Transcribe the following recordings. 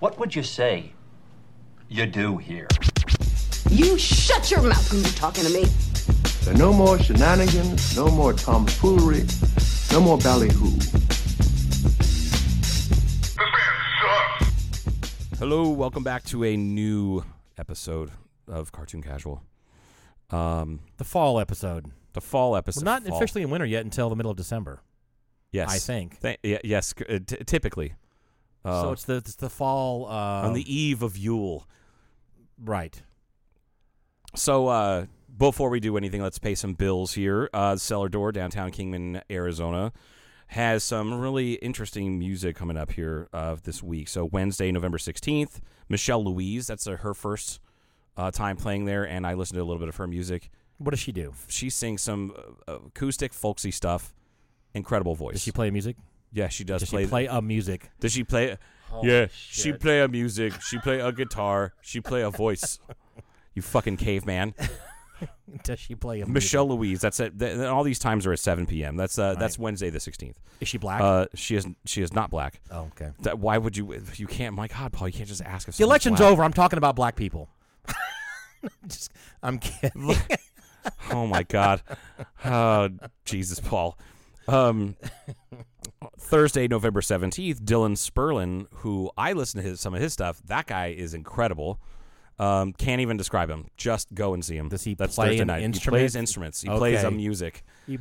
What would you say you do here? You shut your mouth when you're talking to me. There are no more shenanigans, no more tomfoolery, no more ballyhoo. Hello, welcome back to a new episode of Cartoon Casual. Um, The fall episode. the fall episode. We're not fall. officially in winter yet until the middle of December. Yes, I think. Th- yeah, yes, c- uh, t- typically. Uh, so it's the it's the fall uh, on the eve of Yule. right. So uh, before we do anything, let's pay some bills here. Uh, Cellar Door, downtown Kingman, Arizona, has some really interesting music coming up here uh, this week. So Wednesday, November sixteenth, Michelle Louise. That's uh, her first uh, time playing there, and I listened to a little bit of her music. What does she do? She sings some uh, acoustic, folksy stuff. Incredible voice. Does she play music? yeah, she does, Does play. she play a music? Does she play? yeah, she play a music. She play a guitar. She play a voice. you fucking caveman. Does she play a Michelle Louise. That's it. Th- th- all these times are at 7 p.m. That's uh, that's Wednesday the 16th. Music? Is she black? Uh, she is she is not black. oh, okay. That, why would you? You can't. My God, Paul, you can't just ask if The election's black. over. I'm talking about black people. Just, I'm kidding. Oh my God. Oh Jesus, Paul. Um, Thursday, November 17th, Dylan Sperlin, who I listen to his, some of his stuff. That guy is incredible. Um, can't even describe him. Just go and see him. Does he That's play Thursday an night. instrument? He plays instruments. He plays Okay. a music. You-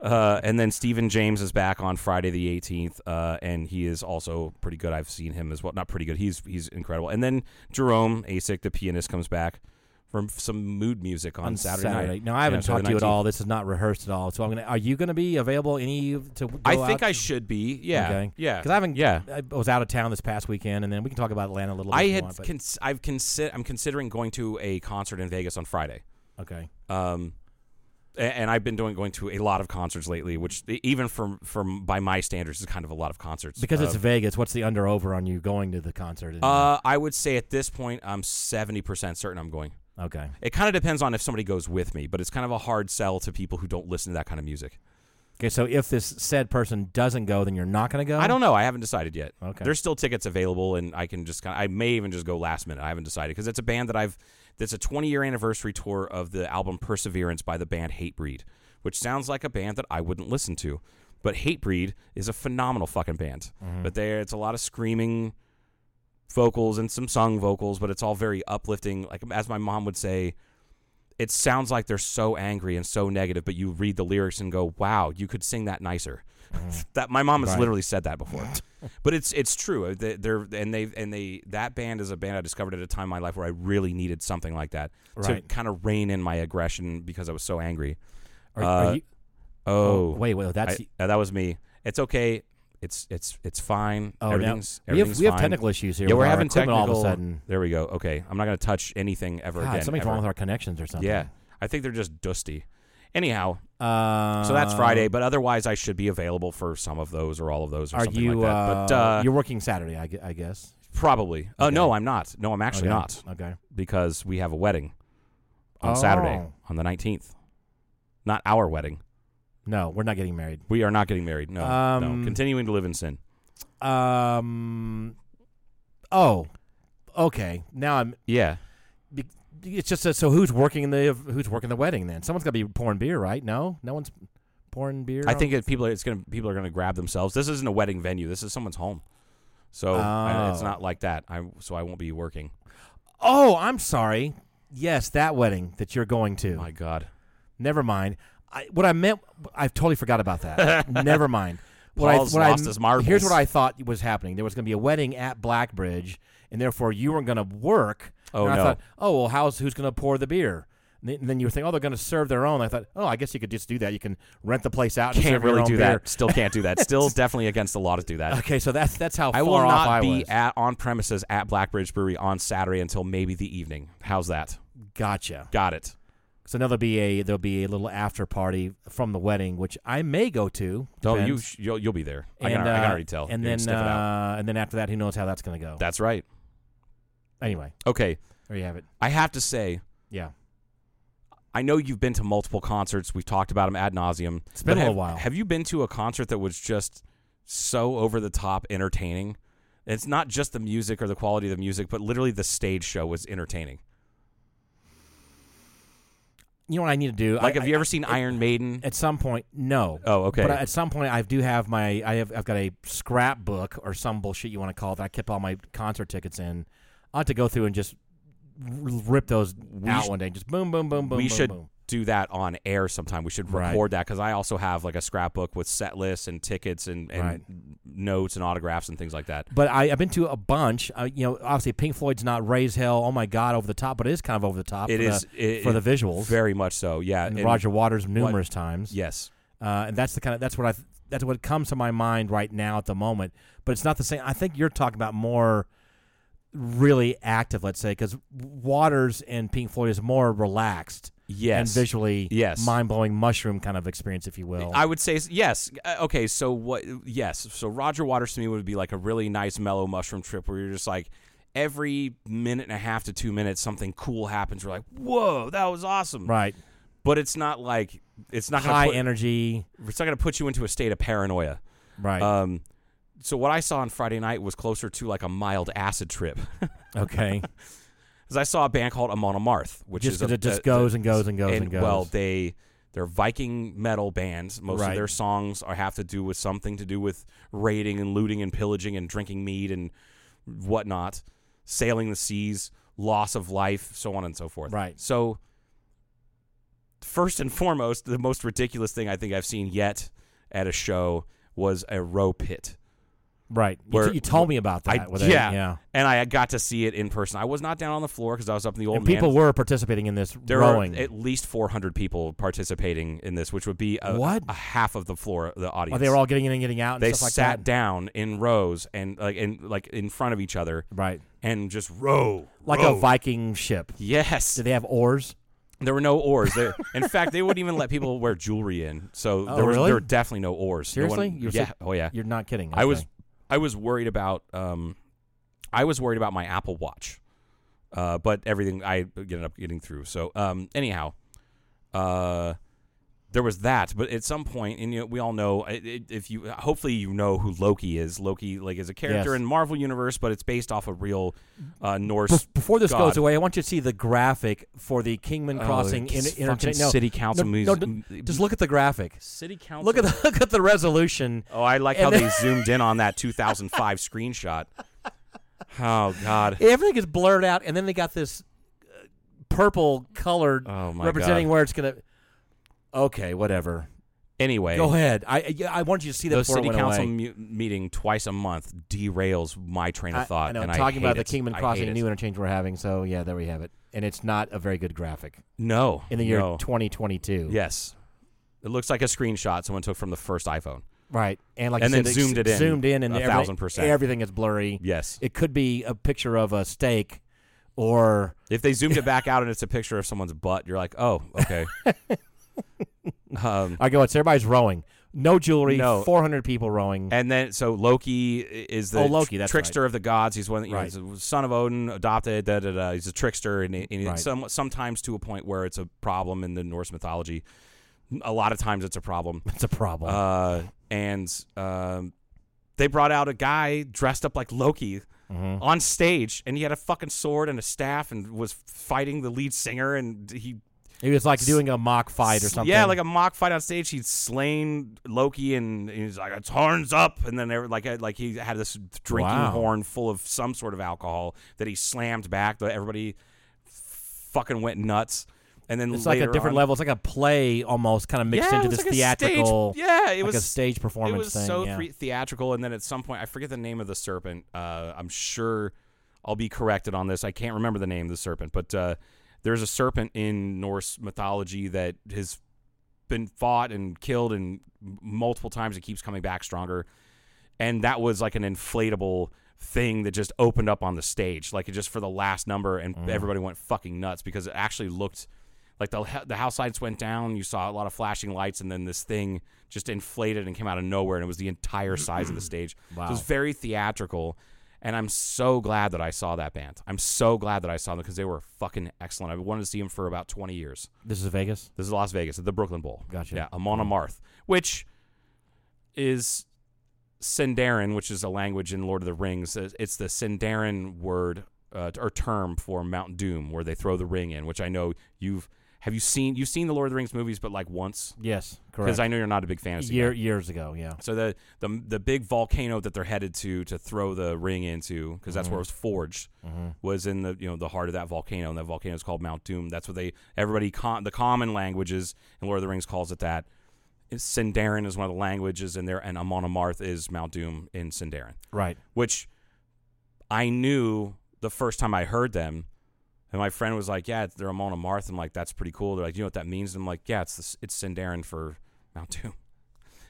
Uh, and then Stephen James is back on Friday the 18th, uh, and he is also pretty good. I've seen him as well. Not pretty good. He's he's incredible. And then Jerome Asic, the pianist, comes back from some mood music on, Saturday, night. No, I haven't Yeah, talked Saturday to you at 19th. all. This is not rehearsed at all. So I'm gonna. Are you gonna be available any to? Go I think out? I should be. Yeah, Okay. yeah. Because I haven't. Yeah, I was out of town this past weekend, and then we can talk about Atlanta a little. bit I if you had. want, but- cons- I've consider. I'm considering going to a concert in Vegas on Friday. okay. Um, a- and I've been doing going to a lot of concerts lately, which e- even from from by my standards is kind of a lot of concerts Because uh, it's Vegas, what's the under over on you going to the concert? in- Uh, I would say at this point I'm seventy percent certain I'm going. okay. It kind of depends on if somebody goes with me, but it's kind of a hard sell to people who don't listen to that kind of music. Okay, so if this said person doesn't go, then you're not going to go? I don't know. I haven't decided yet. Okay. There's still tickets available, and I can just kind of, I may even just go last minute. I haven't decided because it's a band that I've that's a 20 year anniversary tour of the album Perseverance by the band Hatebreed, which sounds like a band that I wouldn't listen to, but Hatebreed is a phenomenal fucking band. Mm-hmm. But there, it's a lot of screaming vocals and some sung vocals, but it's all very uplifting. Like as my mom would say. It sounds like they're so angry and so negative, but you read the lyrics and go, "Wow, you could sing that nicer." that my mom has Mm-hmm. Right. literally said that before, but it's it's true. Uh, they- They're and they and they that band is a band I discovered at a time in my life where I really needed something like that to Right. kind of rein in my aggression because I was so angry. Are, are Uh, you, Oh, wait, wait, that's. I- uh, that was me. It's okay. It's it's it's fine. oh, now- everything's, we have, everything's we have fine. technical issues here. Yeah, with we're our having equipment technical. all of a sudden. There we go. Okay, I'm not gonna touch anything ever God, again. something's ever. wrong with our connections or something. Yeah, I think they're just dusty. Anyhow, Uh, so that's Friday, but otherwise I should be available for some of those or all of those or Are something you. like that. But uh, uh, you're working Saturday, I, gue- I guess. Probably. Oh no, I'm not. No, I'm actually Okay. not Okay. because we have a wedding on Oh. Saturday on the 19th. Not our wedding. No, we're not getting married. We are not getting married. No, Um, no. Continuing to live in sin. Um. Oh, okay. Now I'm. Yeah. be- It's just that, so who's working the who's working the wedding then? Someone's gonna be pouring beer, right? No, no one's pouring beer. I on- think that people are, it's gonna people are gonna grab themselves. This isn't a wedding venue. This is someone's home. So I- it's Oh. not like that. I so I won't be working. Oh, I'm sorry. Yes, that wedding that you're going to. My God. Never mind. I, what I meant, I totally forgot about that. Never mind. What Paul's I, what I- lost his marbles. Here's what I thought was happening. There was going to be a wedding at Blackbridge, and therefore you weren't going to work. Oh, and I no. thought, oh well, how's who's going to pour the beer? And then- and then you were thinking, oh, they're going to serve their own. I thought, oh, I guess you could just do that. You can rent the place out. and Can't serve your really own do beer. that. Still can't do that. Still definitely against the law to do that. Okay, so that's that's how I far will off not I be was. at on premises at Blackbridge Brewery on Saturday until maybe the evening. How's that? gotcha. Got it. So now there'll be a there'll be a little after party from the wedding, which I may go to. No, Oh, you Depends. sh- you'll, you'll be there. I, And, can, I uh, can already tell. And You can then sniff it out. uh, and then after that, who knows how that's going to go? that's right. anyway, Okay, there you have it. I have to say, Yeah, I know you've been to multiple concerts. We've talked about them ad nauseum. It's been a have, little while. Have you been to a concert that was just so over the top entertaining And it's not just the music or the quality of the music, but literally the stage show was entertaining. You know what I need to do? Like, I, have you I- ever seen Iron Maiden? at some point, no. Oh, okay. But at some point, I do have my I have I've got a scrapbook or some bullshit you want to call it that I kept all my concert tickets in. I ought to go through and just r- rip those out sh- one day. Just boom, boom, boom, boom. we boom, should boom. do that on air sometime. We should Right. record that because I also have like a scrapbook with set lists and tickets and, and Right. notes and autographs and things like that. But I, I've been to a bunch. Uh, you know, obviously Pink Floyd's not "Raise Hell." Oh my God, over the top, but it is kind of over the top. It for is the, it- for the it- visuals. very much so. Yeah, and and- Roger Waters numerous times. Yes, uh, and that's the kind of that's what I th- that's what comes to my mind right now at the moment. But it's not the same. I think you're talking about more really active, let's say, because Waters and Pink Floyd is more relaxed. Yes. and visually, Yes. mind blowing mushroom kind of experience, if you will. I would say s- yes. Uh, Okay, so what? Yes, so Roger Waters to me would be like a really nice mellow mushroom trip where you're just like every minute and a half to two minutes something cool happens. You're like, whoa, that was awesome. right, But it's not like it's not gonna high put, energy. It's not going to put you into a state of paranoia. Right. Um, so what I saw on Friday night was closer to like a mild acid trip, okay. because I saw a band called Amon Amarth, which Just is a, 'cause it just a- goes and goes and goes and goes. Well, they they're Viking metal bands. Most Right. of their songs are have to do with something to do with raiding and looting and pillaging and drinking mead and whatnot, sailing the seas, loss of life, so on and so forth. Right. So first and foremost, the most ridiculous thing I think I've seen yet at a show was a row pit. Right. You, Where- t- you told me about that. I, with a- yeah, yeah. And I got to see it in person. I was not down on the floor because I was up in the old And people man. were participating in this there rowing. are at least 400 people participating in this, which would be a, What? a half of the floor, the audience. oh, they were all getting in and getting out. And They stuff like sat that. down in rows and like in like in front of each other, Right. and just row Like row. a Viking ship. Yes, Do they have oars? there were no oars. There, in fact, they wouldn't even let people wear jewelry in. So Oh, there, was, really? there were definitely no oars. No one- Seriously? You're yeah. sa- oh yeah. You're not kidding. I was Okay. I was worried about um I was worried about my Apple Watch. Uh but everything I ended up getting through. So um anyhow, uh there was that, but at some point, and you know, we all know i- i- if you hopefully you know who Loki is. Loki like is a character Yes. in Marvel universe, but it's based off a real uh, Norse. Bef- Before this god. goes away, I want you to see the graphic for the Kingman Oh, Crossing in, it's interchange. fucking No, city council no, moves- no, d- m- just look at the graphic. city council. Look at the, look at the resolution. oh, I like and how then- they zoomed in on that 2005 screenshot. Oh God, Everything is blurred out, and then they got this uh, purple colored Oh, my representing God. where it's gonna. Okay, whatever. Anyway, Go ahead. I- I yeah, I wanted you to see that the before it city went council away. mu- meeting twice a month derails my train I, of thought. I know. and talking hate about the it. Kingman I hate Crossing it. new interchange we're having. So yeah, there we have it. And it's not a very good graphic no in the year no. 2022. Yes, it looks like a screenshot someone took from the first iPhone. Right. And like And you then said, it's zoomed it in Zoomed in and a everything- thousand percent. Everything is blurry. Yes, It could be a picture of a steak or if they zoomed it back out and it's a picture of someone's butt, you're like, oh, okay. um, I go, it's everybody's rowing. No jewelry, No. 400 people rowing. and then so Loki i- is the Oh, Loki, tr- that's trickster of the gods. He's one, you know, Right. he's a son of Odin, adopted. Da da da. He's a trickster, and, and it's Right. some, sometimes to a point where it's a problem in the Norse mythology. A lot of times it's a problem. That's a problem. Uh, and um, they brought out a guy dressed up like Loki Mm-hmm. on stage, and he had a fucking sword and a staff, and was fighting the lead singer, and he it was like doing a mock fight or something. yeah, like a mock fight on stage. He'd slain Loki, and he's like, "It's horns up!" And then they were like, uh, like he had this drinking Wow. horn full of some sort of alcohol that he slammed back. That everybody fucking went nuts. And then it's like a later different on- level. It's like a play almost kind of mixed Yeah, it into was this like a stage- theatrical. yeah, it like a was- stage performance It was thing. so yeah. thre- theatrical, and then at some point, I forget the name of the serpent. Uh, I'm sure I'll be corrected on this. I can't remember the name of the serpent, but uh, there's a serpent in Norse mythology that has been fought and killed and m- multiple times. It keeps coming back stronger, and that was like an inflatable thing that just opened up on the stage, like it just for the last number, and everybody went fucking nuts because it actually looked like the the house lights went down. You saw a lot of flashing lights, and then this thing just inflated and came out of nowhere, and it was the entire size of the stage. So it was very theatrical, and I'm so glad that I saw that band. I'm so glad that I saw them because they were fucking excellent. I've wanted to see them for about 20 years. This is Vegas. This is Las Vegas at the Brooklyn Bowl. Gotcha. Yeah, Amon Amarth, which is Sindarin, which is a language in Lord of the Rings, uh, it's the Sindarin word uh, or term for Mount Doom, where they throw the ring in. Which I know you've have you seen you've seen the Lord of the Rings movies, but like once Yes, correct. because I know you're not a big fantasy. Year, guy. years ago, yeah. So the the the big volcano that they're headed to to throw the ring into because that's where it was forged was in the you know the heart of that volcano and that volcano is called Mount Doom. That's what they everybody con- the common languages and Lord of the Rings calls it that. It's Sindarin is one of the languages in there, and Amon Amarth is Mount Doom in Sindarin, Right. which I knew the first time I heard them. And my friend was like, "Yeah, they're Amon Amarth." I'm like, "That's pretty cool." They're like, "You know what that means?" And I'm like, "Yeah, it's the, it's Sindarin for Mount Doom."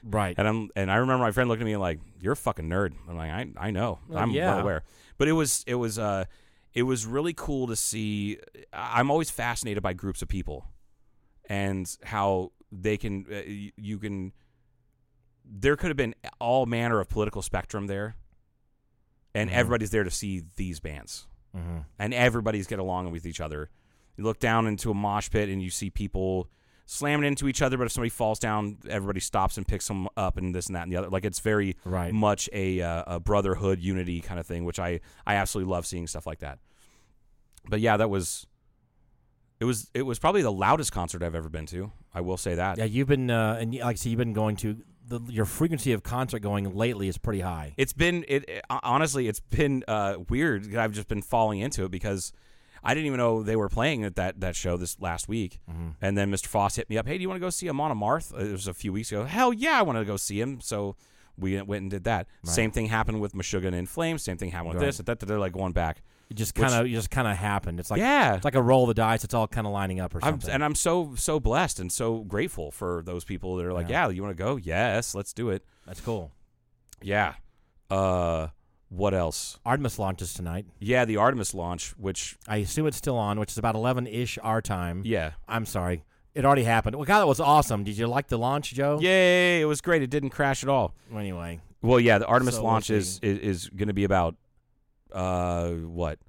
Right. And I'm and I remember my friend looking at me like, "You're a fucking nerd." I'm like, "I I know. I'm yeah. well aware." But it was it was uh it was really cool to see. I- I'm always fascinated by groups of people and how they can uh, you, you can there could have been all manner of political spectrum there. And Mm-hmm. everybody's there to see these bands. And everybody's get along with each other. You look down into a mosh pit and you see people slamming into each other, but if somebody falls down, everybody stops and picks them up and this and that and the other. Like it's very Right. much a, uh, a brotherhood, unity kind of thing, which I, I absolutely love seeing stuff like that. But yeah, that was it was it was probably the loudest concert I've ever been to. I will say that. Yeah, you've been uh, and y- like I said, you've been going to the, your frequency of concert going lately is pretty high. It's been it, it- honestly, it's been uh, weird. 'cause I've just been falling into it because I didn't even know they were playing at that that show this last week. Mm-hmm. And then Mr. Foss hit me up. Hey, do you want to go see Amon Amarth? Uh, It was a few weeks ago. Hell yeah, I wanted to go see him. So we went and did that. Same thing happened with Meshuggah and In Flames. Same thing happened with Right. this. Da, da, da, like going back. It just Which- kind of just kind of happened. It's like Yeah. it's like a roll of the dice. It's all kind of lining up or I'm, something. and I'm so so blessed and so grateful for those people that are like, yeah you want to go? Yes, let's do it. That's cool. Yeah. Uh, what else? Artemis launches tonight. Yeah, the Artemis launch, which I assume it's still on, which is about eleven ish our time. yeah. I'm sorry, it already happened. Well, God, that was awesome. Did you like the launch, Joe? Yay! It was great. It didn't crash at all. Well, Anyway, Well, yeah, the Artemis So we'll launch is is, is going to be about uh what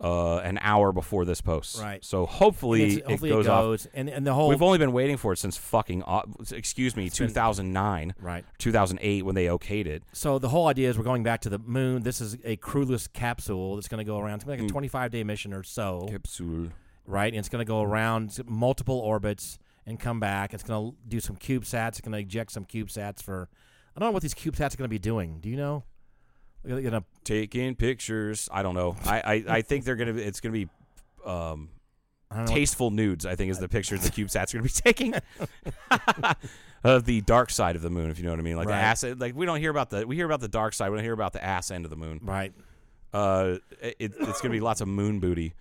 uh an hour before this post. Right. So hopefully, It's- hopefully it goes, off. and and the whole We've only been waiting for it since fucking au- excuse me, two thousand nine, right. two thousand eight when they okayed it. So the whole idea is we're going back to the moon. This is a crewless capsule that's going to go around. It's gonna be Hmm. like a 25 day mission or so. Capsule. right? And it's going to go around multiple orbits and come back. It's going to do some CubeSats. It's going to eject some CubeSats for. I don't know what these CubeSats are going to be doing. Do you know? They're going to Taking pictures. I don't know. I I, I think they're gonna. be- It's gonna be. Um, I don't know. tasteful nudes, I think, is the picture the CubeSats are going to be taking of the dark side of the moon, if you know what I mean. Like Right. the ass, like we don't hear about the we hear about the dark side, we don't hear about the ass end of the moon. what- right. Uh, it, it's going to be lots of moon booty.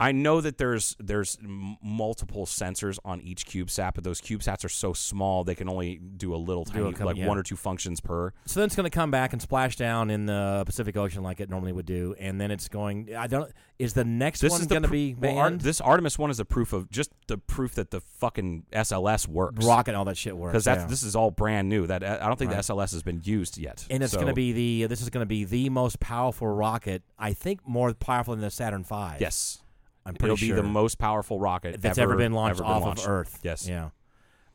I know that there's there's m- multiple sensors on each CubeSat, but those CubeSats are so small they can only do a little Do a tiny, couple- like yeah. one or two functions per. So then it's going to come back and splash down in the Pacific Ocean like it normally would do, and then it's going. I don't. Is the next This one is the going to pr- be well, Ar- manned? this Artemis one is the proof of just the proof that the fucking SLS works. rocket and all that shit works? because that's yeah. this is all brand new. That I don't think the SLS has been used yet, And it's So- going to be the. This is going to be the most powerful rocket. I think more powerful than the Saturn V. yes, I'm pretty it'll sure be the most powerful rocket that's ever, been launched ever off launched. of Earth. Yes, Yeah.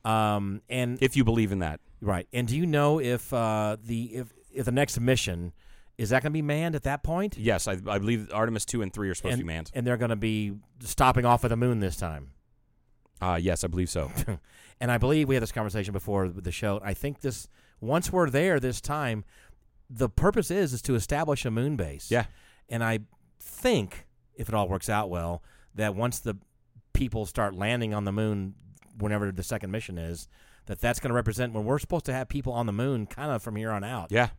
Um. And if you believe in that, right. And do you know if uh the if if the next mission is that going to be manned at that point? yes, I, I believe Artemis two and three are supposed And, to be manned. and they're going to be stopping off at the moon this time. Uh, yes, I believe so. And I believe we had this conversation before the show. I think this once we're there this time, the purpose is is to establish a moon base. Yeah. And I think if it all works out well, that once the people start landing on the moon, whenever the second mission is, that that's going to represent when we're supposed to have people on the moon, kind of from here on out. yeah,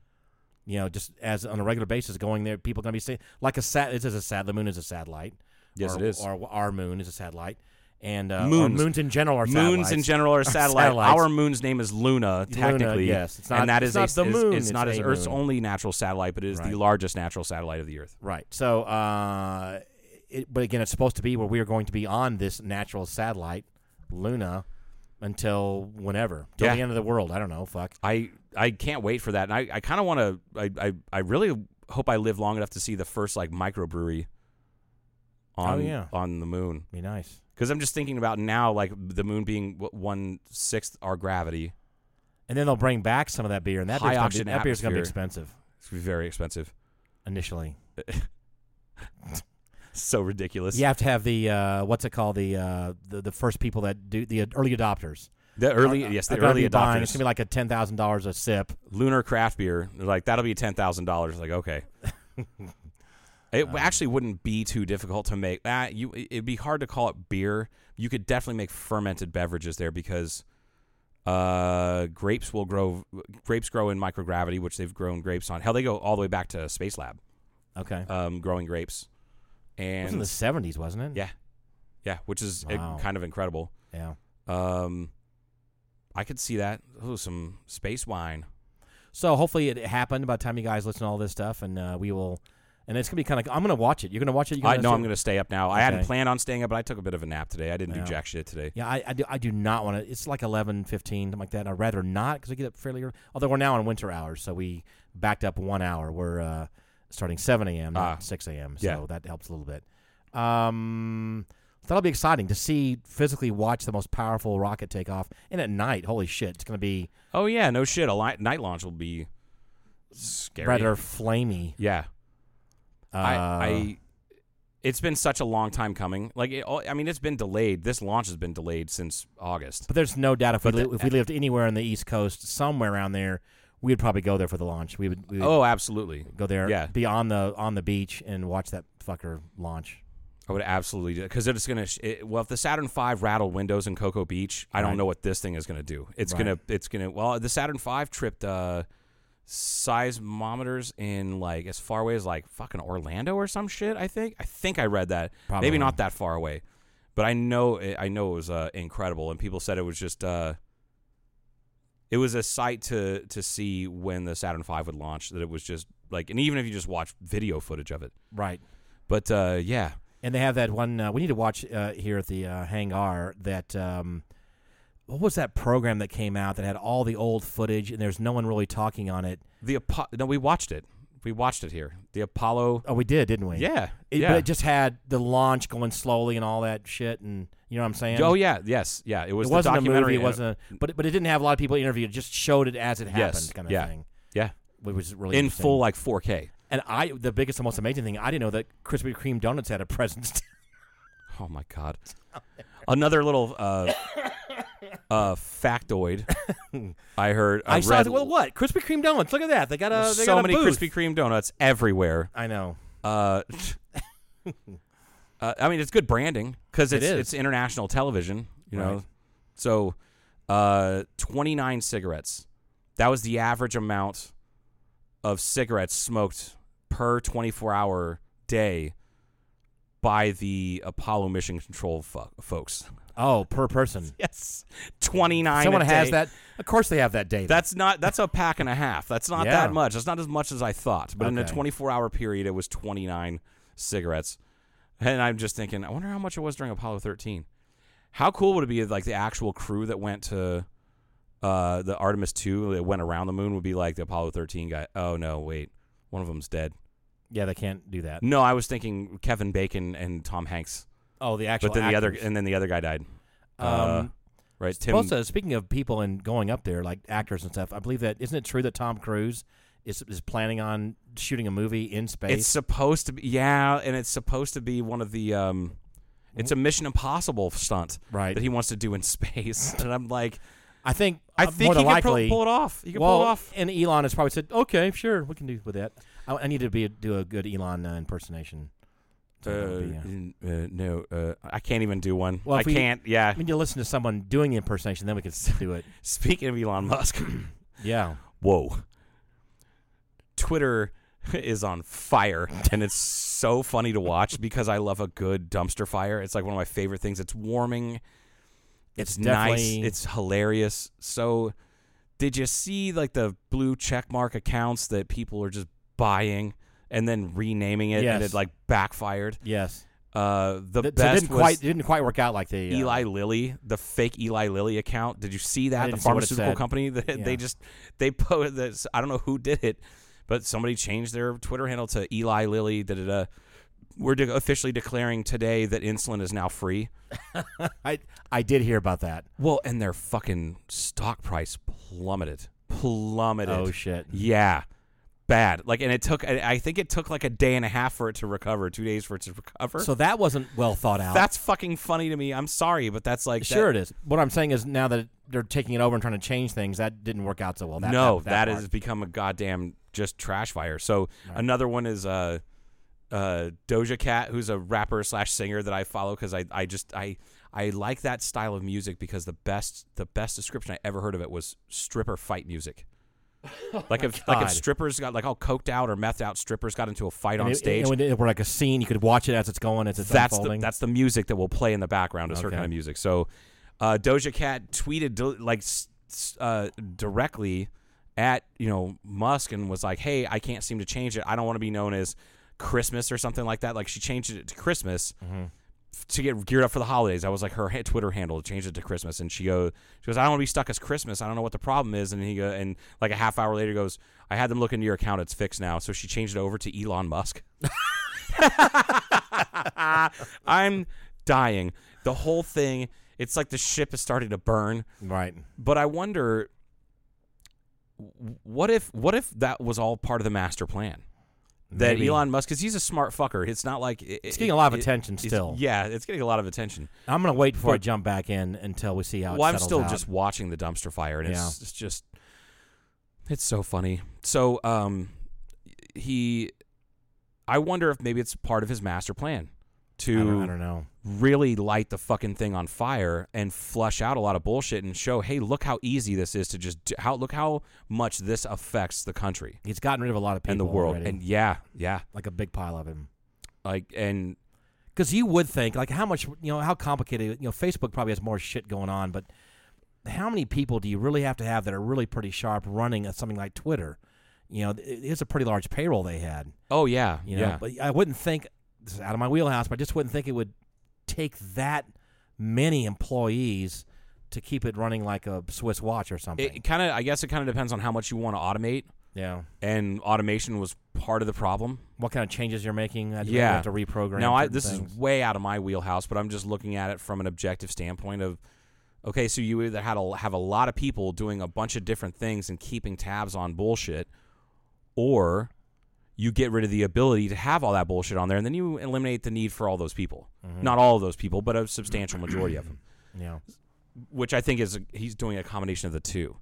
You know, just as on a regular basis, going there, people going to be saying like a sat. It is a sat. The moon is a satellite. Yes, or, it is. Or our moon is a satellite. And uh, or Moons. moons in general are moons in satellites. general are satellite. Satellites. Our moon's name is Luna, technically. yes. It's not- and that it's is not a, the is- moon, It's, not it's as a Earth's moon. only natural satellite, but it is Right. the largest natural satellite of the Earth. Right. So, uh, it, but again, it's supposed to be where we are going to be on this natural satellite, Luna, until whenever, till Yeah. the end of the world. I don't know. Fuck. I I can't wait for that, and I, I kind of want to. I, I I really hope I live long enough to see the first like microbrewery on Oh, yeah. on the moon Be nice. because I'm just thinking about now like the moon being one sixth our gravity, and then they'll bring back some of that beer, and that High beer's gonna be, oxygen that beer's going to be atmosphere. expensive It's gonna be very expensive. initially. So ridiculous. You have to have the uh, what's it called the, uh, the the first people that do the early adopters. The early, yes, the They're gonna early be buying- It's adopters. gonna be like a ten thousand dollars a sip. Lunar craft beer. They're like that'll be ten thousand dollars. Like okay. It Um, actually wouldn't be too difficult to make. Ah, you, it- it'd be hard to call it beer. You could definitely make fermented beverages there because uh, grapes will grow. Grapes grow in microgravity, which they've grown grapes on. Hell, they go all the way back to Space Lab, Okay, um, growing grapes. it was in And the seventies, wasn't it? yeah, yeah, which is uh, Wow. kind of incredible. yeah. Um, I could see that. Ooh, some space wine. So hopefully it happened by the time you guys listen to all this stuff, and uh, we will. And it's gonna be kind of. I'm gonna watch it. You're gonna watch it. You're I gonna know see I'm it? going to stay up now. I hadn't Okay. planned on staying up, but I took a bit of a nap today. I didn't Yeah. do jack shit today. Yeah, I, I do. I do not want to. It's like 11, 15, something like that. And I'd rather not because I get up fairly early. Although we're now in winter hours, so we backed up one hour. We're uh, starting seven a.m. not Ah. six a.m. So Yeah. that helps a little bit. Um, so that'll be exciting to see physically watch the most powerful rocket take off and at night. Holy shit! It's gonna be Oh yeah, no shit. A li- night launch will be scary. rather flamey. Yeah. Uh, I, I. It's been such a long time coming. Like, it, all- I mean, it's been delayed. This launch has been delayed since August. But there's no doubt if we But li- the- if we lived anywhere on the East Coast, somewhere around there, we'd probably go there for the launch. We would, we would Oh, absolutely. go there, yeah. be on the on the beach and watch that fucker launch. I would absolutely do because it's gonna. Sh- it, well, if the Saturn V rattled windows in Cocoa Beach, I don't Right. know what this thing is gonna do. It's Right. gonna. It's gonna. Well, the Saturn V tripped uh, seismometers in like as far away as like fucking Orlando or some shit. I think. I think I read that. Probably. Maybe not that far away, but I know. It, I know it was uh, incredible, and people said it was just. Uh, it was a sight to to see when the Saturn V would launch. That it was just like, and even if you just watch video footage of it, Right. but uh, yeah. And they have that one uh, we need to watch uh, here at the uh, Hangar that um, what was that program that came out that had all the old footage and there's no one really talking on it. The Apo- no, we watched it. We watched it here. The Apollo. Oh, we did, didn't we? Yeah, It, yeah. But it just had the launch going slowly and all that shit, and you know what I'm saying? oh yeah, yes, yeah. It was It the wasn't a documentary. uh, movie. It wasn't, a, but it- but it didn't have a lot of people interviewed. It just showed it as it happened, Yes, kind of yeah. thing. yeah, Which was really in interesting. full like 4K. And I, the biggest and most amazing thing, I didn't know that Krispy Kreme donuts had a presence. Oh my god. Another little uh, uh, factoid. I heard. I saw. I read was like, well, what Krispy Kreme donuts? Look at that. They got a. They so got a many booth. Krispy Kreme donuts everywhere. I know. Uh, uh, I mean, it's good branding because It it's is. it's international television, you Right. know. So, uh, twenty nine cigarettes. That was the average amount of cigarettes smoked per twenty four hour day by the Apollo mission control fo- folks. Oh, per person. Yes, twenty nine. Someone has that. Of course, they have that data. That's not. That's a pack and a half. That's not Yeah. that much. That's not as much as I thought. But in a Okay. 24 hour period, it was 29 cigarettes. And I'm just thinking, I wonder how much it was during Apollo 13. How cool would it be if, like the actual crew that went to uh, the Artemis 2 that went around the moon would be like the Apollo 13 guy? Oh no, wait, one of them's dead. yeah, they can't do that. No, I was thinking Kevin Bacon and Tom Hanks, Oh, the actual. but then the other actors. and then the other guy died. uh, um, Right, Tim. also, speaking of people and going up there, like actors and stuff, I believe that isn't it true that Tom Cruise is is planning on shooting a movie in space? It's supposed to be yeah, and it's supposed to be one of the um it's a Mission Impossible stunt Right. that he wants to do in space. and I'm like I think. I uh, think more he than can pro- likely, pull it off. He can well, pull it off. and Elon has probably said, "Okay, sure, we can do with that." I, I need to be do a good Elon uh, impersonation. So that would be, uh, uh, no, uh, I can't even do one. Well, I if we- can't. Yeah. I mean, you listen to someone doing the impersonation, then we can do it. Speaking of Elon Musk, Yeah. whoa. Twitter is on fire and it's so funny to watch because I love a good dumpster fire. It's like one of my favorite things. It's warming. It's, nice. definitely- It's hilarious. So did you see like the blue checkmark accounts that people are just buying and then renaming it and Yes. it like backfired? Yes. Uh the Th- so it best didn't was quite didn't quite work out like the uh, Eli Lilly, the fake Eli Lilly account. Did you see that? didn't the see what it pharmaceutical said. company. They, Yeah. they just they posted this. I don't know who did it, but somebody changed their Twitter handle to Eli Lilly. Da da da. We're de- officially declaring today that insulin is now free. I I did hear about that. Well, and their fucking stock price plummeted, plummeted. Oh, shit. Yeah, bad. Like, and it took. I I think it took like a day and a half for it to recover. Two days for it to recover. So that wasn't well thought out. that's fucking funny to me. I'm sorry, but that's like sure that- it is. What I'm saying is now that they're taking it over and trying to change things, that didn't work out so well. That, no, that, that has part. become a goddamn just trash fire. So another one is uh, uh, Doja Cat, who's a rapper slash singer that I follow because I, I just I I like that style of music because the best the best description I ever heard of it was stripper fight music. like if like if Oh God. strippers got like all coked out or methed out strippers got into a fight And on it- stage. and when it were like a scene, you could watch it as it's going, as it's that's the, unfolding. that's the music that will play in the background is her Okay. kind of music. So uh, Doja Cat tweeted del- like s- s- uh, directly at you know Musk and was like, "Hey, I can't seem to change it. I don't want to be known as Christmas or something like that." Like she changed it to Christmas Mm-hmm. f- to get geared up for the holidays. I was like her ha- Twitter handle changed it to Christmas, and she go she goes, "I don't want to be stuck as Christmas. I don't know what the problem is." And he go, and like a half hour later goes, "I had them look into your account. It's fixed now." So she changed it over to Elon Musk. I'm dying. The whole thing, it's like the ship is starting to burn. right. But I wonder w- what if what if that was all part of the master plan? That Maybe. Elon Musk, because he's a smart fucker. It's not like it- It's getting a lot of attention it's- still. Yeah, it's getting a lot of attention. I'm gonna wait before I But- jump back in until we see how. well, it I'm settles still out. just watching the dumpster fire, and it's, Yeah. it's just it's so funny. So, um, he, I wonder if maybe it's part of his master plan I to don't, I don't know. really light the fucking thing on fire and flush out a lot of bullshit and show, hey, look how easy this is to just do, how look how much this affects the country He's gotten rid of a lot of people and the world. already, And yeah, yeah, like a big pile of him. like and Because you would think, like, how much, you know, how complicated, you know, Facebook probably has more shit going on, but how many people do you really have to have that are really pretty sharp running at something like Twitter? You know, it- it's a pretty large payroll they had. oh yeah, You know, yeah, but I wouldn't think this is out of my wheelhouse, but I just wouldn't think it would take that many employees to keep it running like a Swiss watch or something. it kind of I guess it kind of depends on how much you want to automate. yeah. And automation was part of the problem. What kind of changes you're making? I Yeah. have to reprogram. Now, I, certain this things. is way out of my wheelhouse, but I'm just looking at it from an objective standpoint of, okay, so you either had a, have a lot of people doing a bunch of different things and keeping tabs on bullshit, or you get rid of the ability to have all that bullshit on there, and then you eliminate the need for all those people. Not all of those people, but a substantial majority of them Mm-hmm. yeah. which I think is he's doing a combination of the two.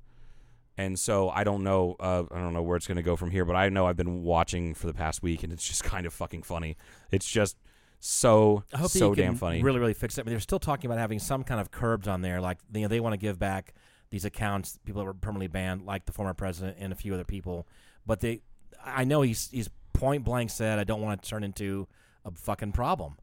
And so I don't know, uh, I don't know where it's going to go from here. But I know I've been watching for the past week, and it's just kind of fucking funny. It's just so I hope that so you can damn funny. Really, really fix it. I mean, they're still talking about having some kind of curbs on there. Like you know, they want to give back these accounts, people that were permanently banned, like the former president and a few other people. But they, I know he's he's point blank said, I don't want to turn into a fucking problem.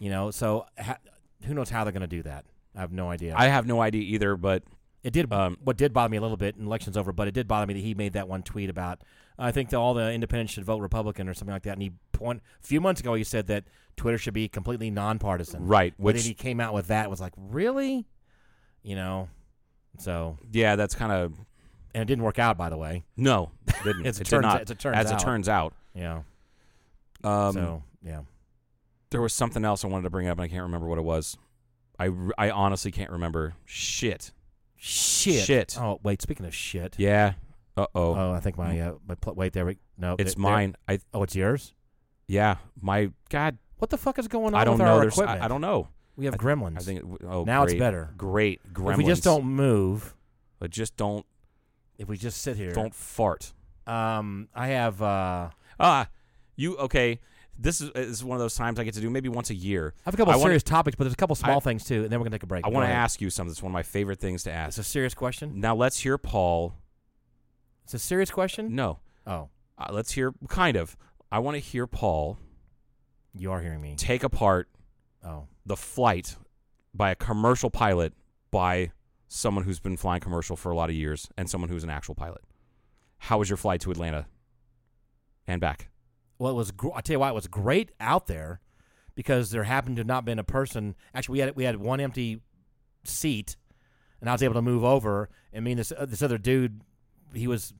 You know, so ha- who knows how they're going to do that? I have no idea. I have no idea either, but It did. Um, what did bother me a little bit, and election's over, but it did bother me that he made that one tweet about I think that all the independents should vote Republican or something like that. And he point a few months ago he said that Twitter should be completely nonpartisan. Right, But which- then he came out with that and was like, really, you know. So yeah, that's kind of and it didn't work out, by the way. no. it Didn't. As it It did turns- not. as it turns as out. it turns out. Yeah. Um, so yeah. there was something else I wanted to bring up, and I can't remember what it was. I, r- I honestly can't remember. Shit. Shit. shit. Oh wait, speaking of shit. Yeah. Uh oh. Oh, I think my uh, my pl- wait there. We, no, It's there- mine. I Oh, it's yours. yeah. My God. What the fuck is going on? I don't with know. Our There's, equipment? I, I don't know. We have I- gremlins. I think. It, w- oh, Now it's great. better. Great gremlins. if we just don't move, but just don't, if we just sit here, don't fart. Um, I have. Uh, Ah, you okay? This is, is one of those times I get to do maybe once a year. I have a couple I of wanna- serious topics, but there's a couple small I- things too, and then we're gonna take a break. I want to Go ahead. ask you something. It's one of my favorite things to It's ask. a serious question. Now let's hear Paul. It's a serious question. No, Oh, uh, let's hear kind of. I want to hear Paul you are hearing me. take apart Oh, the flight by a commercial pilot by someone who's been flying commercial for a lot of years and someone who's an actual pilot. How was your flight to Atlanta and back? well, it was. Gr- I tell you why it was great out there, because there happened to not been a person. Actually, we had we had one empty seat, and I was able to move over. And me and this uh, this other dude, he was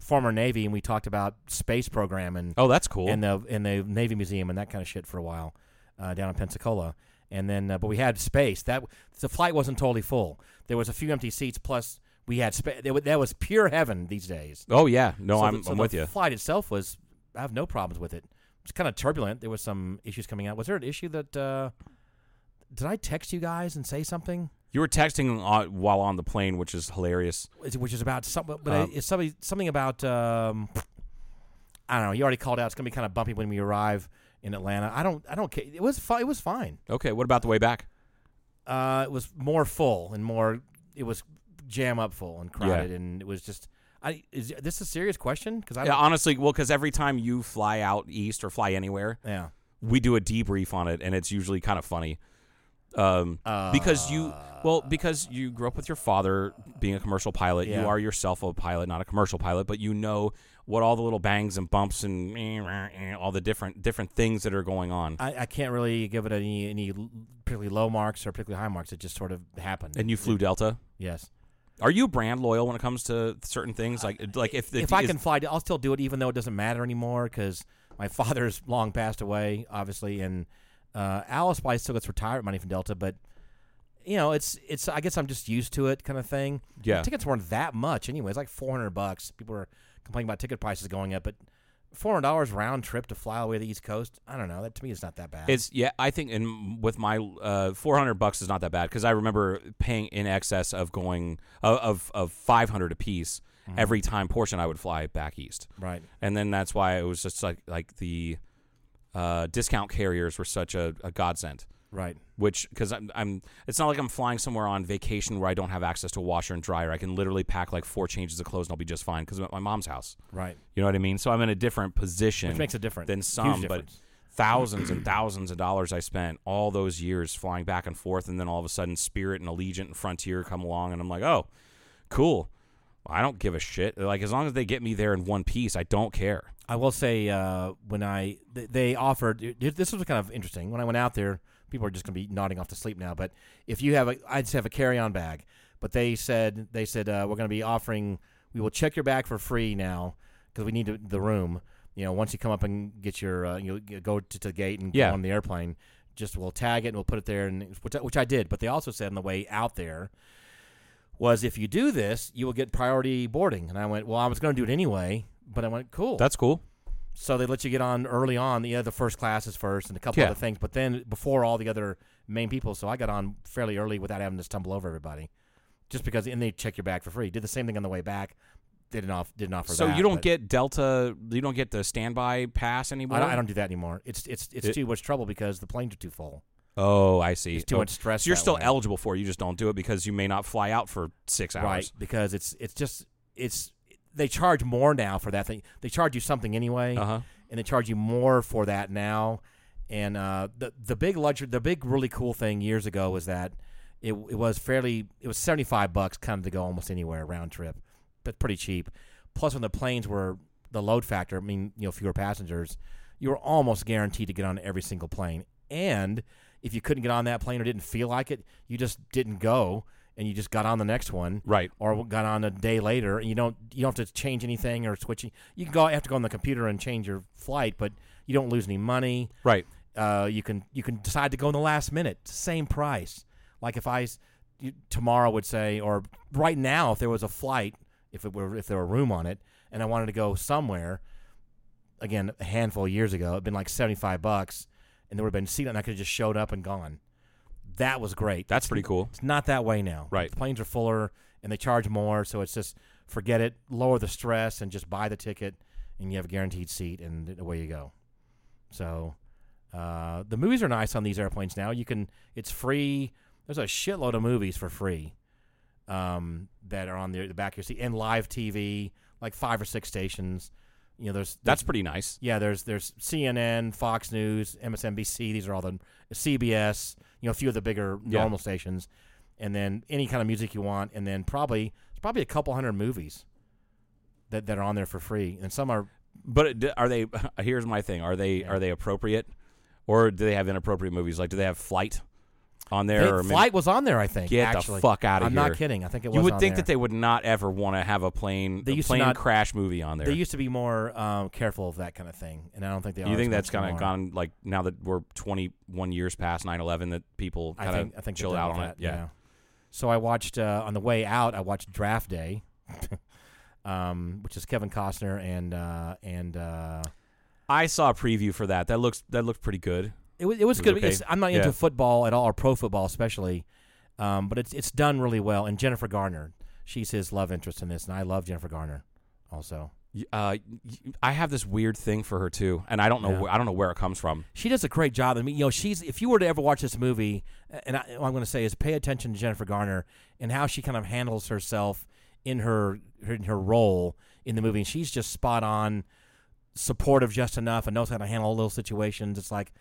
former Navy, and we talked about space program and Oh, that's cool. in the in the Navy Museum and that kind of shit for a while uh, down in Pensacola. And then, uh, but we had space. That the flight wasn't totally full. There was a few empty seats. Plus, we had spa- that wa- that was pure heaven these days. Oh yeah, no, So I'm, the- so I'm the with you. Flight itself was I have no problems with it. It's kind of turbulent. There was some issues coming out. Was there an issue that uh, did I text you guys and say something? You were texting on, while on the plane, which is hilarious. Is- Which is about something, but Um, it's something something about um, I don't know. You already called out. It's gonna be kind of bumpy when we arrive in Atlanta. I don't I don't care. It was fi- it was fine. Okay, what about the way back? Uh, it was more full and more. It was jam up full and crowded, and it was just. I is this a serious question? Because I Yeah, don't, honestly, well, because every time you fly out east or fly anywhere, yeah. we do a debrief on it, and it's usually kind of funny. Um, because you, well, because you grew up with your father being a commercial pilot, Ah. Yeah. you are yourself a pilot, not a commercial pilot, but you know what all the little bangs and bumps and all the different different things that are going on, I, I can't really give it any any l- particularly low marks or particularly high marks. It just sort of happened. and you flew Delta. yes. Are you brand loyal when it comes to certain things? Like, like if the, If I is- can fly, I'll still do it, even though it doesn't matter anymore because my father's long passed away, obviously, and uh, Alice probably still gets retirement money from Delta, but you know, it's it's. I guess I'm just used to it, kind of thing. Yeah. The tickets weren't that much anyway. It's like 400 bucks. People are complaining about ticket prices going up, but 400 dollars round trip to fly away to the East Coast. I don't know. That to me is not that bad. It's yeah, I think in with my uh, four hundred bucks is not that bad because I remember paying in excess of going of of, of five hundred apiece every time portion I would fly back east, right. and then that's why it was just like like the uh, discount carriers were such a, a godsend. Right. Which because I'm, I'm it's not like I'm flying somewhere on vacation where I don't have access to a washer and dryer. I can literally pack like four changes of clothes and I'll be just fine because I'm at my mom's house. Right. You know what I mean? So I'm in a different position, Which makes a difference. than Huge some, but difference. thousands and thousands of dollars I spent all those years flying back and forth, and then all of a sudden Spirit and Allegiant and Frontier come along, and I'm like, oh, cool. I don't give a shit. Like as long as they get me there in one piece, I don't care. I will say uh, when I th- they offered th- this was kind of interesting when I went out there. People are just going to be nodding off to sleep now. But if you have a, I just have a carry on bag. But they said they said uh, we're going to be offering. We will check your bag for free now because we need to, the room. You know, once you come up and get your, uh, you know, go to, to the gate and Yeah. go on the airplane. Just we'll tag it and we'll put it there, and which, I- which I did. But they also said on the way out there, was if you do this, you will get priority boarding. And I went, well, I was going to do it anyway, but I went, cool. That's cool. so they let you get on early on. Yeah, the first classes first and a couple Yeah. other things, but then before all the other main people. So I got on fairly early without having to stumble over everybody, just because. And they check your bag for free. Did the same thing on the way back. Didn't off didn't offer. So that, you don't but get Delta. You don't get the standby pass anymore. I don't, I don't do that anymore. It's it's it's It- too much trouble because the planes are too full. Oh, I see. It's too Oh, much stress So you're that still way. eligible for. it. You just don't do it because you may not fly out for six hours. Right, because it's it's just it's they charge more now for that thing. They charge you something anyway, Uh-huh. and they charge you more for that now. And uh, the the big luxury, the big really cool thing years ago was that it it was fairly it was seventy five bucks kind of to go almost anywhere round trip, but pretty cheap. Plus, when the planes were the load factor, I mean, you know, fewer passengers, you were almost guaranteed to get on every single plane. And if you couldn't get on that plane or didn't feel like it, you just didn't go, and you just got on the next one Right. or got on a day later, and you don't you don't have to change anything or switch. You can go have to go on the computer and change your flight, but you don't lose any money. Right. Uh, you can you can decide to go in the last minute, same price. Like if I s- you, tomorrow would say, or right now, if there was a flight, if it were if there were room on it, and I wanted to go somewhere, again a handful of years ago, it'd been like seventy five bucks, and there would have been a seat, and I could have just showed up and gone. That was great. That's pretty cool. It's not that way now. Right. The planes are fuller and they charge more, so it's just forget it, lower the stress, and just buy the ticket, and you have a guaranteed seat, and away you go. So, uh, the movies are nice on these airplanes now. You can, it's free. There's a shitload of movies for free um, that are on the, the back of your seat, and live TV, like five or six stations. You know, there's, there's That's pretty nice. yeah, there's there's CNN, Fox News, MSNBC. These are all the CBS. You know, a few of the bigger Yeah. normal stations, and then any kind of music you want, and then probably it's probably a couple hundred movies that that are on there for free, and some are But it- d- are they? Here's my thing: are they are they appropriate, or do they have inappropriate movies? Like, do they have Flight on there? Hey, or maybe- flight was on there. I think. Get actually. the fuck out of I'm here! not kidding. I think it was. You would on think there. that they would not ever want to have a plane They a used to plane not- crash movie on there. they used to be more um, careful of that kind of thing, and I don't think they. are you as think much that's kind of anymore. gone like now that we're 21 years past 9/11 that people I kind think I of think they're chill done out with on that, it? Yeah. So I watched uh, on the way out. I watched Draft Day, um, which is Kevin Costner and uh, and uh, I saw a preview for that. That looks that looked pretty good. it was it was, good. okay. because I'm not into Yeah. football at all or pro football especially, um, but it's it's done really well. And Jennifer Garner, she's his love interest in this, and I love Jennifer Garner also. Y- Uh, y- I have this weird thing for her too, and I don't know wh- I don't know where it comes from. She does a great job. I mean, you know, she's if you were to ever watch this movie, and I, what I'm going to say is pay attention to Jennifer Garner and how she kind of handles herself in her in her role in the movie. And she's just spot on, supportive just enough, and knows how to handle little situations. It's like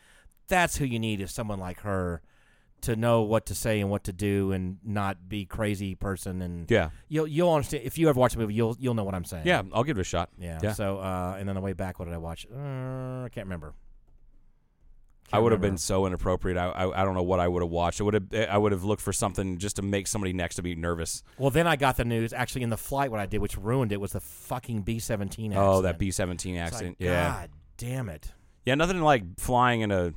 that's who you need is someone like her to know what to say and what to do, and not be crazy person. And Yeah. you'll you'll understand if you ever watch the movie, you'll you'll know what I'm saying. Yeah, I'll give it a shot. Yeah. So, uh, and on the way back, what did I watch? Uh, I can't remember. I Can't would have remember. been so inappropriate. I, I I don't know what I would have watched. I would have I would have looked for something just to make somebody next to me nervous. Well, then I got the news. Actually, in the flight, what I did, which ruined it, was the fucking B seventeen. Oh, that B seventeen accident. yeah, God damn it. yeah, nothing like flying in a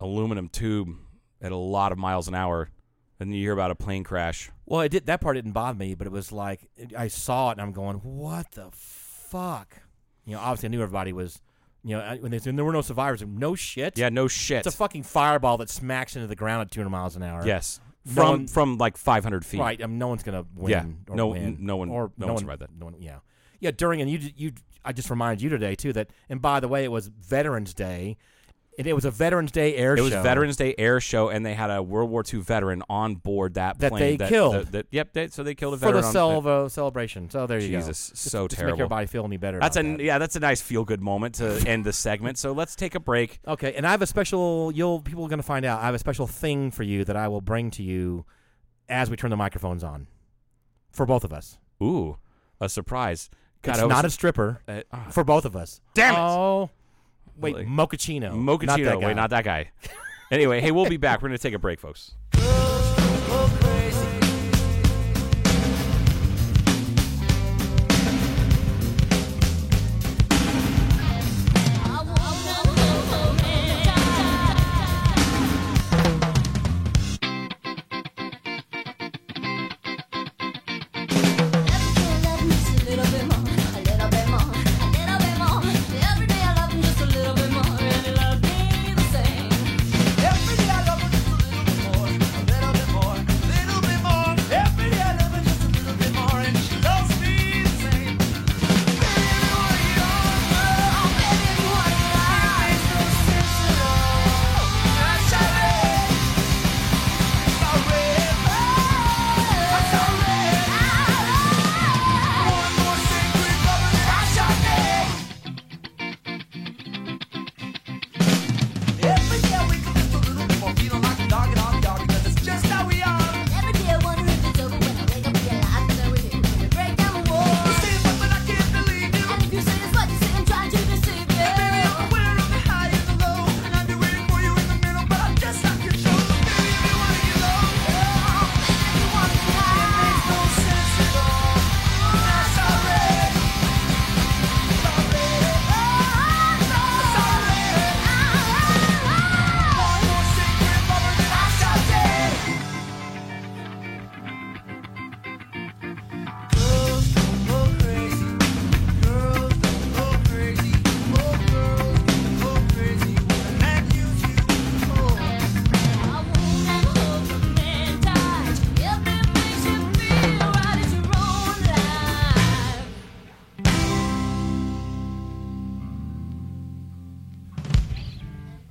aluminum tube at a lot of miles an hour, and then you hear about a plane crash. Well, it did. That part didn't bother me, but it was like I saw it and I'm going, "What the fuck?" You know, obviously I knew everybody was. You know, I- when they said there were no survivors, no shit. Yeah, no shit. it's a fucking fireball that smacks into the ground at 200 miles an hour. yes, from No one- from like five hundred feet. Right. I mean, no one's gonna win. Yeah, Or no- win, n- no one- Or no one survived that. No one. Yeah. Yeah. During and you ju- you I just reminded you today too that and by the way it was Veterans Day, and it was a Veterans Day air It show. was Veterans Day air show, and they had a World War II veteran on board that That plane they killed. that- that- yep, they, so they killed a for veteran the on- Salvo celebration. So there you go. Jesus, Just- so just terrible. Make everybody feel any better. That's a about that. yeah, that's a nice feel good moment to end the segment. So let's take a break. Okay, and I have a special. You'll people are going to find out. I have a special thing for you that I will bring to you as we turn the microphones on, for both of us. Ooh, a surprise! God, it's I was- not a stripper uh, ah, for both of us. Damn it! Oh, wait, Like- mochaccino. Mochaccino. Not that guy. Wait, Oh, not that guy. anyway, hey, we'll be back. We're gonna take a break, folks.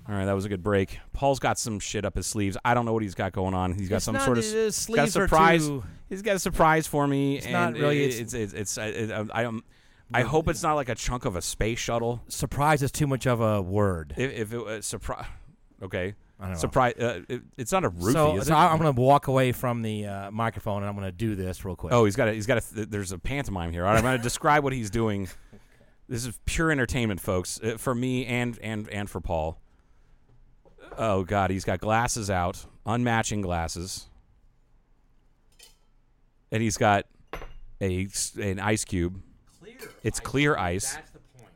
All right, that was a good break. Paul's got some shit up his sleeves. I don't know what he's got going on. He's got It's some not- sort of his got a sleeves are surprise. too- He's got a surprise for me. It's and not really- It's it's it's. it's- I- I- I, um, I hope it's not like a chunk of a space shuttle. Surprise is too much of a word. If, if it was surprise, okay. I don't know. Surprise. Uh, it, it's not a roofie. so is so it? I, I'm going to walk away from the uh, microphone and I'm going to do this real quick. Oh, he's got a, he's got a, th- there's a pantomime here. All right, I'm going to describe what he's doing. This is pure entertainment, folks, uh, for me and and and for Paul. Oh God, he's got glasses out, unmatching glasses, and he's got a s- an ice cube. It's clear ice. the point.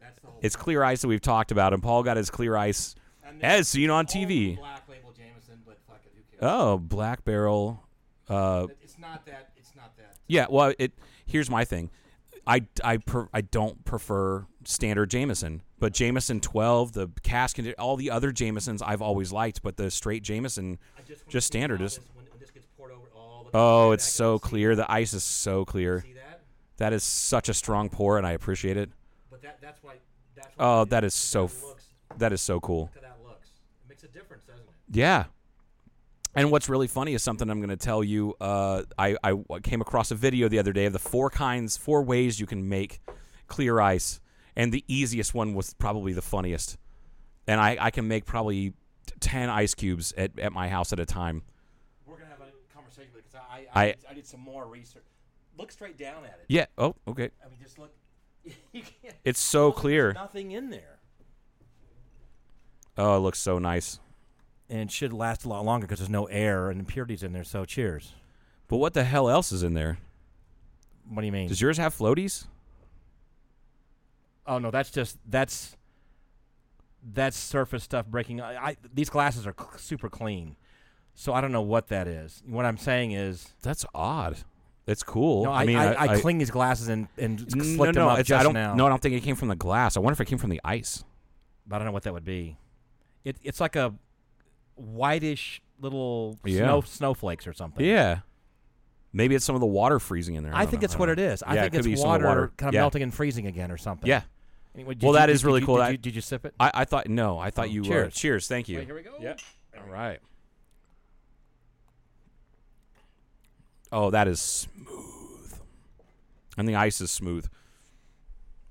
That's the whole It's clear ice that we've talked about, and Paul got his clear ice as seen on TV. black label Jameson, but fuck it, who cares? Oh, Black Barrel. Uh, It's not that. It's not that. yeah. Well, it. Here's my thing. I I per, I don't prefer standard Jameson, but Jameson 12, the cask, condi- all the other Jamesons I've always liked, but the straight Jameson, just, standard is. When, when this gets poured over all the Oh, back it's so clear. The ice is so clear. See that? That is such a strong pour, and I appreciate it. But that, that's why. That's why Oh, it that is so. That F- looks. that is so cool. Look how that looks. It makes a difference, doesn't it? Yeah. And what's really funny is something I'm going to tell you. Uh, I, I w- came across a video the other day of the four kinds, four ways you can make clear ice. And the easiest one was probably the funniest. And I, I can make probably t- 10 ice cubes at, at my house at a time. We're gonna have a conversation because I I- I- I did some more research. Look straight down at it. Yeah. Oh, okay. I mean, just look. you can't. It's so clear. Nothing in there. Oh, it looks so nice. and it should last a lot longer because there's no air and impurities in there. So cheers. But what the hell else is in there? What do you mean? Does yours have floaties? oh no, that's just that's that's surface stuff breaking. I, I these glasses are c- super clean, so I don't know what that is. What I'm saying is, That's odd. It's cool. no, I, I mean, I, I, clean these glasses and and s- No, slick them no, up it's- just I don't, now. No, I don't think it came from the glass. I wonder if it came from the ice. but I don't know what that would be. It it's like a whitish little Yeah. snow snowflakes or something. Yeah. Maybe it's some of the water freezing in there. I, think that's what it is. I Yeah, it think could it's be some of water, the water. kind of Yeah. melting and freezing again or something. Yeah. Anyway, did Well, you- that did- is did really you- cool. Did I- you, did you sip it? I, I thought no. I thought you. Oh, cheers. Uh, cheers. Thank you. Here we go. Yep. All right. Oh, that is smooth. And the ice is smooth.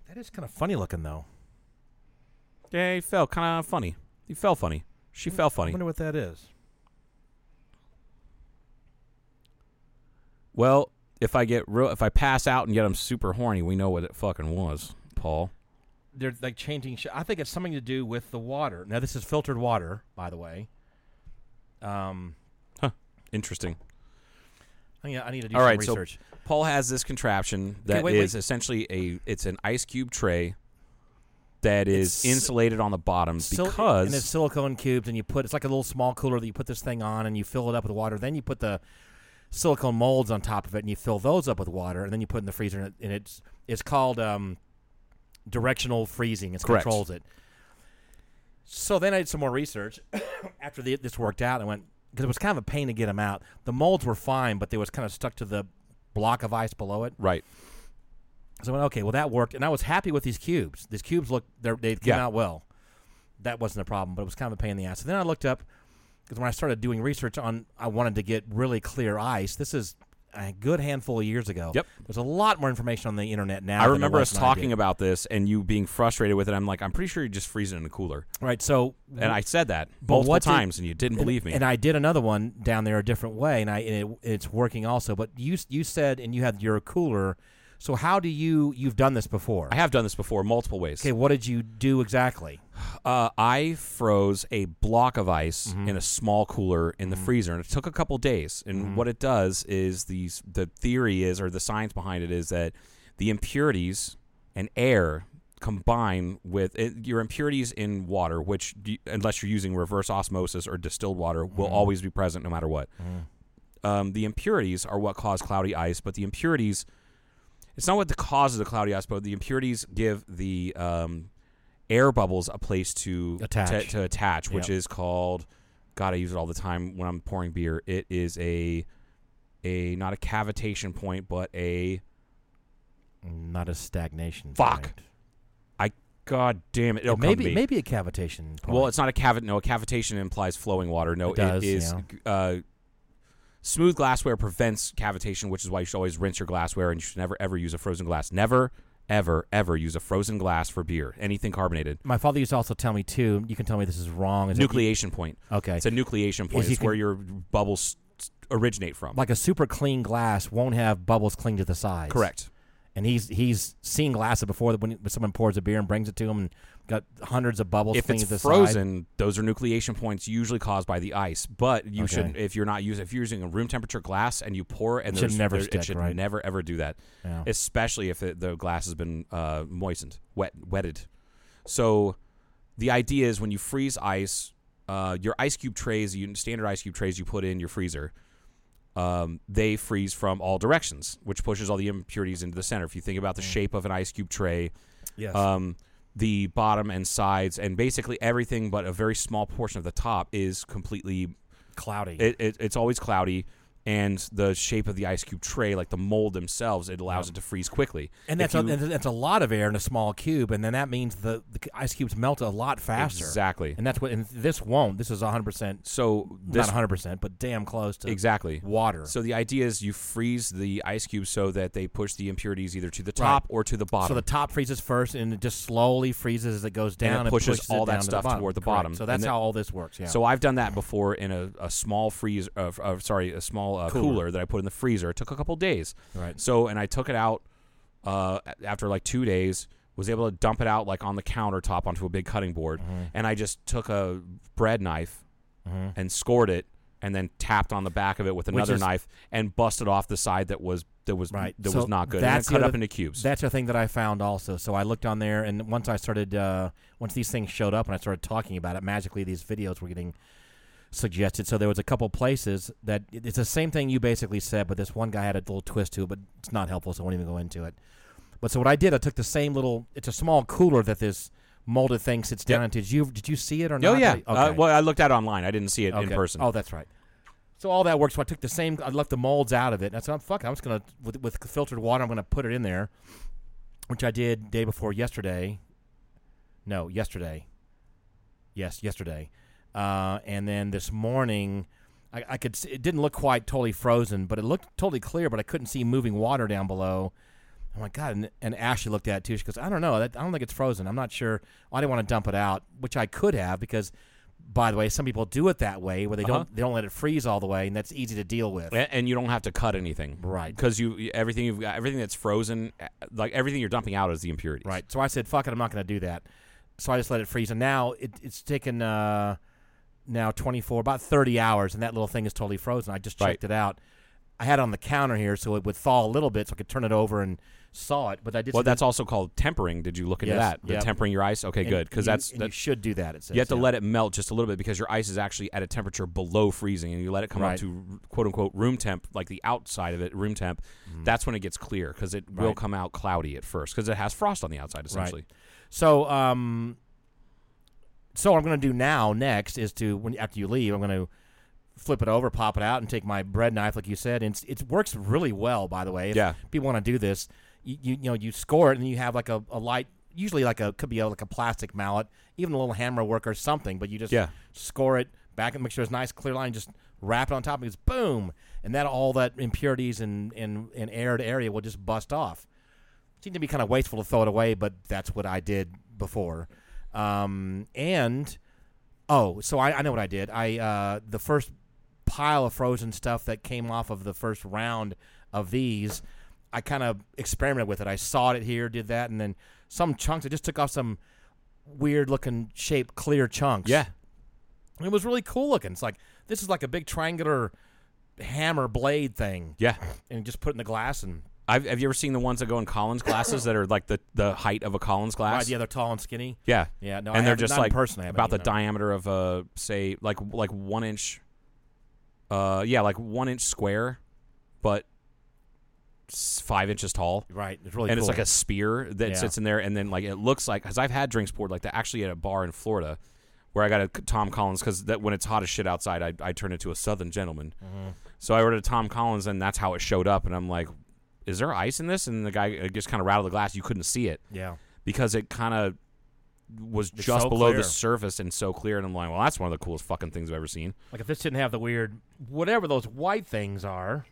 That is kind of funny looking though. Yeah, he fell kind of funny. He fell funny. She fell I funny. wonder what that is. Well, if I get real, if I pass out and get I'm super horny, we know what it fucking was, Paul. They're like changing. Sh- I think it's something to do with the water. Now this is filtered water, by the way. Um, Huh. Interesting. I need, Oh, I need to do All some right, research. so Paul has this contraption that is wait, wait. essentially a it's an ice cube tray that is insulated on the bottom Sil- because and it's silicone cubes, and you put it's like a little small cooler that you put this thing on, and you fill it up with water. Then you put the silicone molds on top of it, and you fill those up with water, and then you put it in the freezer, and, it, and it's it's called um, directional freezing. It Correct. controls it. So then I did some more research after the, this worked out. I went because it was kind of a pain to get them out. The molds were fine, but they was kind of stuck to the block of ice below it. right. So I went, okay, well that worked, and I was happy with these cubes. These cubes look they they came Yeah. out well. That wasn't a problem, but it was kind of a pain in the ass. So then I looked up because when I started doing research on, I wanted to get really clear ice. This is a good handful of years ago. Yep. There's a lot more information on the internet now. I than there remember was us when I talking did. about this and you being frustrated with it. I'm like, I'm pretty sure you just freeze it in a cooler, right. So and I said that Mm-hmm. But multiple what did- times, and you didn't believe me. And I did another one down there a different way, and I and it, it's working also. But you s- you said and you had your cooler. So how do you you've done this before? I have done this before multiple ways. okay, what did you do exactly? Uh, I froze a block of ice in a small cooler in the freezer, and it took a couple days. And what it does is the the theory is, or the science behind it is that the impurities and air combine with it, your impurities in water, which d- unless you're using reverse osmosis or distilled water, will always be present no matter what. Um, the impurities are what cause cloudy ice, but the impurities it's not what the cause of the cloudy ice, but the impurities give the um, air bubbles a place to Attach. to, to attach, which Yep. is called. God, I use it all the time when I'm pouring beer. It is a a not a cavitation point, but a Not a stagnation. Fuck. point. I. God damn it! It'll come maybe to me. maybe a cavitation. Point. Well, it's not a cavit. No, a cavitation implies flowing water. No, It does, it is. yeah. g- Uh, smooth glassware prevents cavitation, which is why you should always rinse your glassware, and you should never ever use a frozen glass. Never, ever, ever use a frozen glass for beer, anything carbonated. my father used to also tell me too. You can tell me this is wrong. Is that you- Nucleation point. okay, It's a nucleation point. you It's where can- your bubbles s- originate from. like a super clean glass won't have bubbles cling to the sides. Correct. And he's he's seen glasses before that when, when someone pours a beer and brings it to him and got hundreds of bubbles. if clinging it's to the side. frozen, those are nucleation points usually caused by the ice. But you Okay. should, if you're not using, if you're using a room temperature glass and you pour, and It should there's- never there- stick, it should right? never ever do that, Yeah. especially if it, the glass has been uh, moistened, wet, wetted. So the idea is when you freeze ice, uh, your ice cube trays, you standard ice cube trays you put in your freezer, um, they freeze from all directions, which pushes all the impurities into the center. If you think about the Mm. shape of an ice cube tray, Yes. um, the bottom and sides, and basically everything but a very small portion of the top is completely Cloudy. it, it, it's always cloudy and the shape of the ice cube tray like the mold themselves it allows it to freeze quickly and If that's you- a, and that's a lot of air in a small cube, and then that means the, the ice cubes melt a lot faster. Exactly. And that's what. And this won't. This is 100. percent so Not this 100, percent but damn close to exactly water. so the idea is you freeze the ice cubes so that they push the impurities either to the top or to the bottom So the top freezes first, and it just slowly freezes as it goes down, it pushes it all that down to the stuff bottom. toward the Correct. bottom. So that's And then- how all this works. Yeah. So I've done that before in a, a small freezer, uh, f- uh, sorry, a small uh, cooler. that I put in the freezer. It took a couple days. Right. So and I took it out uh, a- after like two days. Was able to dump it out like on the countertop onto a big cutting board, Mm-hmm. and I just took a bread knife and scored it, and then tapped on the back of it with another is- knife and busted off the side that was that was right. that So was not good. That's and then the cut up other- into cubes. That's the thing that I found also. So I looked on there, and once I started, uh, once these things showed up, and I started talking about it, magically these videos were getting suggested. So there was a couple places that it's the same thing you basically said, but this one guy had a little twist to it, but it's not helpful, so I won't even go into it. But so what I did, I took the same little. It's a small cooler that this molded thing sits down Yep. into. Did you did you see it or oh not? yeah. Okay. Uh, well, I looked at it online. I didn't see it in Okay. person. Oh, that's right. So all that works. So I took the same. I left the molds out of it. And I said, "I'm fuck. it, I'm just gonna with, with filtered water. I'm gonna put it in there," which I did day before yesterday. No, yesterday. Yes, yesterday. Uh, and then this morning, I, I could. See, it didn't look quite totally frozen, but it looked totally clear. But I couldn't see moving water down below. Oh my god! And, and Ashley looked at it too. She goes, "I don't know. That, I don't think it's frozen. I'm not sure. I didn't want to dump it out, which I could have because." By the way, some people do it that way where they Uh-huh. don't they don't let it freeze all the way, and that's easy to deal with. A- and you don't have to cut anything, Right. Because you everything you've got, everything that's frozen, uh, like everything you're dumping out is the impurities, Right. So I said, "Fuck it, I'm not going to do that." So I just let it freeze, and now it, it's taken uh, now 24, about 30 hours, and that little thing is totally frozen. I just Right. checked it out. I had it on the counter here, so it would thaw a little bit, so I could turn it over and saw it. But I did. Well, that's also called tempering. Did you look into Yes, that? The yep. tempering your ice. Okay, good, because that's you that, should do that. It says you have to yeah. let it melt just a little bit because your ice is actually at a temperature below freezing, and you let it come up Right. to r- quote unquote room temp, like the outside of it, room temp. That's when it gets clear because it will Mm-hmm. Right. come out cloudy at first because it has frost on the outside essentially. So, um, so what I'm going to do now next is to when after you leave, I'm going to flip it over, pop it out, and take my bread knife, like you said. And it's, it works really well, by the way. If Yeah. people want to do this, you, you you know you score it, and you have like a, a light, usually like a could be a, like a plastic mallet, even a little hammer work or something. But you just Yeah. score it back and make sure it's nice clear line. Just wrap it on top, and it's boom, and that all that impurities and and and air to area will just bust off seemed to be kind of wasteful to throw it away, but that's what I did before. Um, and oh, so I, I know what I did. I uh, the first pile of frozen stuff that came off of the first round of these, I kind of experimented with it. I sawed it here, did that, and then some chunks. I just took off some weird looking shaped clear chunks. Yeah, And it was really cool looking. It's like this is like a big triangular hammer blade thing. yeah. and just put it in the glass and I've, have you ever seen the ones that go in Collins glasses that are like the, the height of a Collins glass? right, yeah, they're tall and skinny. Yeah, Yeah, no, I and they're haven't- just not in like person, I haven't, about the you know. diameter of a say like like one inch. Uh, yeah, like one inch square, but s- five inches tall. Right, it's really and cool. it's like a spear that Yeah. sits in there, and then like it looks like because I've had drinks poured like that actually at a bar in Florida, where I got a Tom Collins because that when it's hot as shit outside, I I turn into a Southern gentleman. Mm-hmm. So I ordered a Tom Collins, and that's how it showed up, and I'm like, "Is there ice in this?" And the guy uh, just kind of rattled the glass. You couldn't see it yeah. because it kind of was It's just so below clear. the surface and so clear. And I'm like, well, that's one of the coolest fucking things I've ever seen. Like if this didn't have the weird whatever those white things are,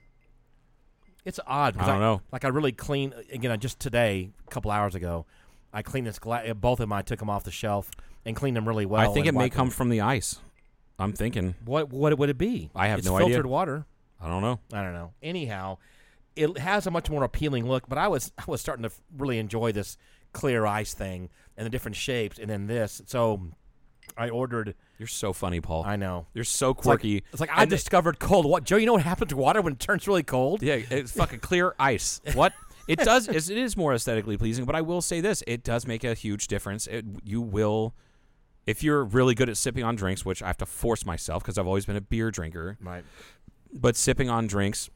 it's odd. 'cause I don't know. Like I really clean again. I just today, a couple hours ago, I cleaned this glass. Both of them. I took them off the shelf and cleaned them really well. I think it Oh, and may wiped come them. from the ice. I'm thinking. What what would it be? I have it's no idea. filtered water. I don't know. I don't know. Anyhow, it has a much more appealing look. But I was I was starting to f- really enjoy this clear ice thing and the different shapes, and then this. So I ordered. You're so funny, Paul. I know. You're so It's like- quirky. It's like, I And it- discovered cold water. Joe, you know what happens to water when it turns really cold? yeah, it's fucking clear ice. What? It does. It is more aesthetically pleasing, but I will say this: it does make a huge difference. It, you will If you're really good at sipping on drinks, which I have to force myself because I've always been a beer drinker, Right. but sipping on drinks,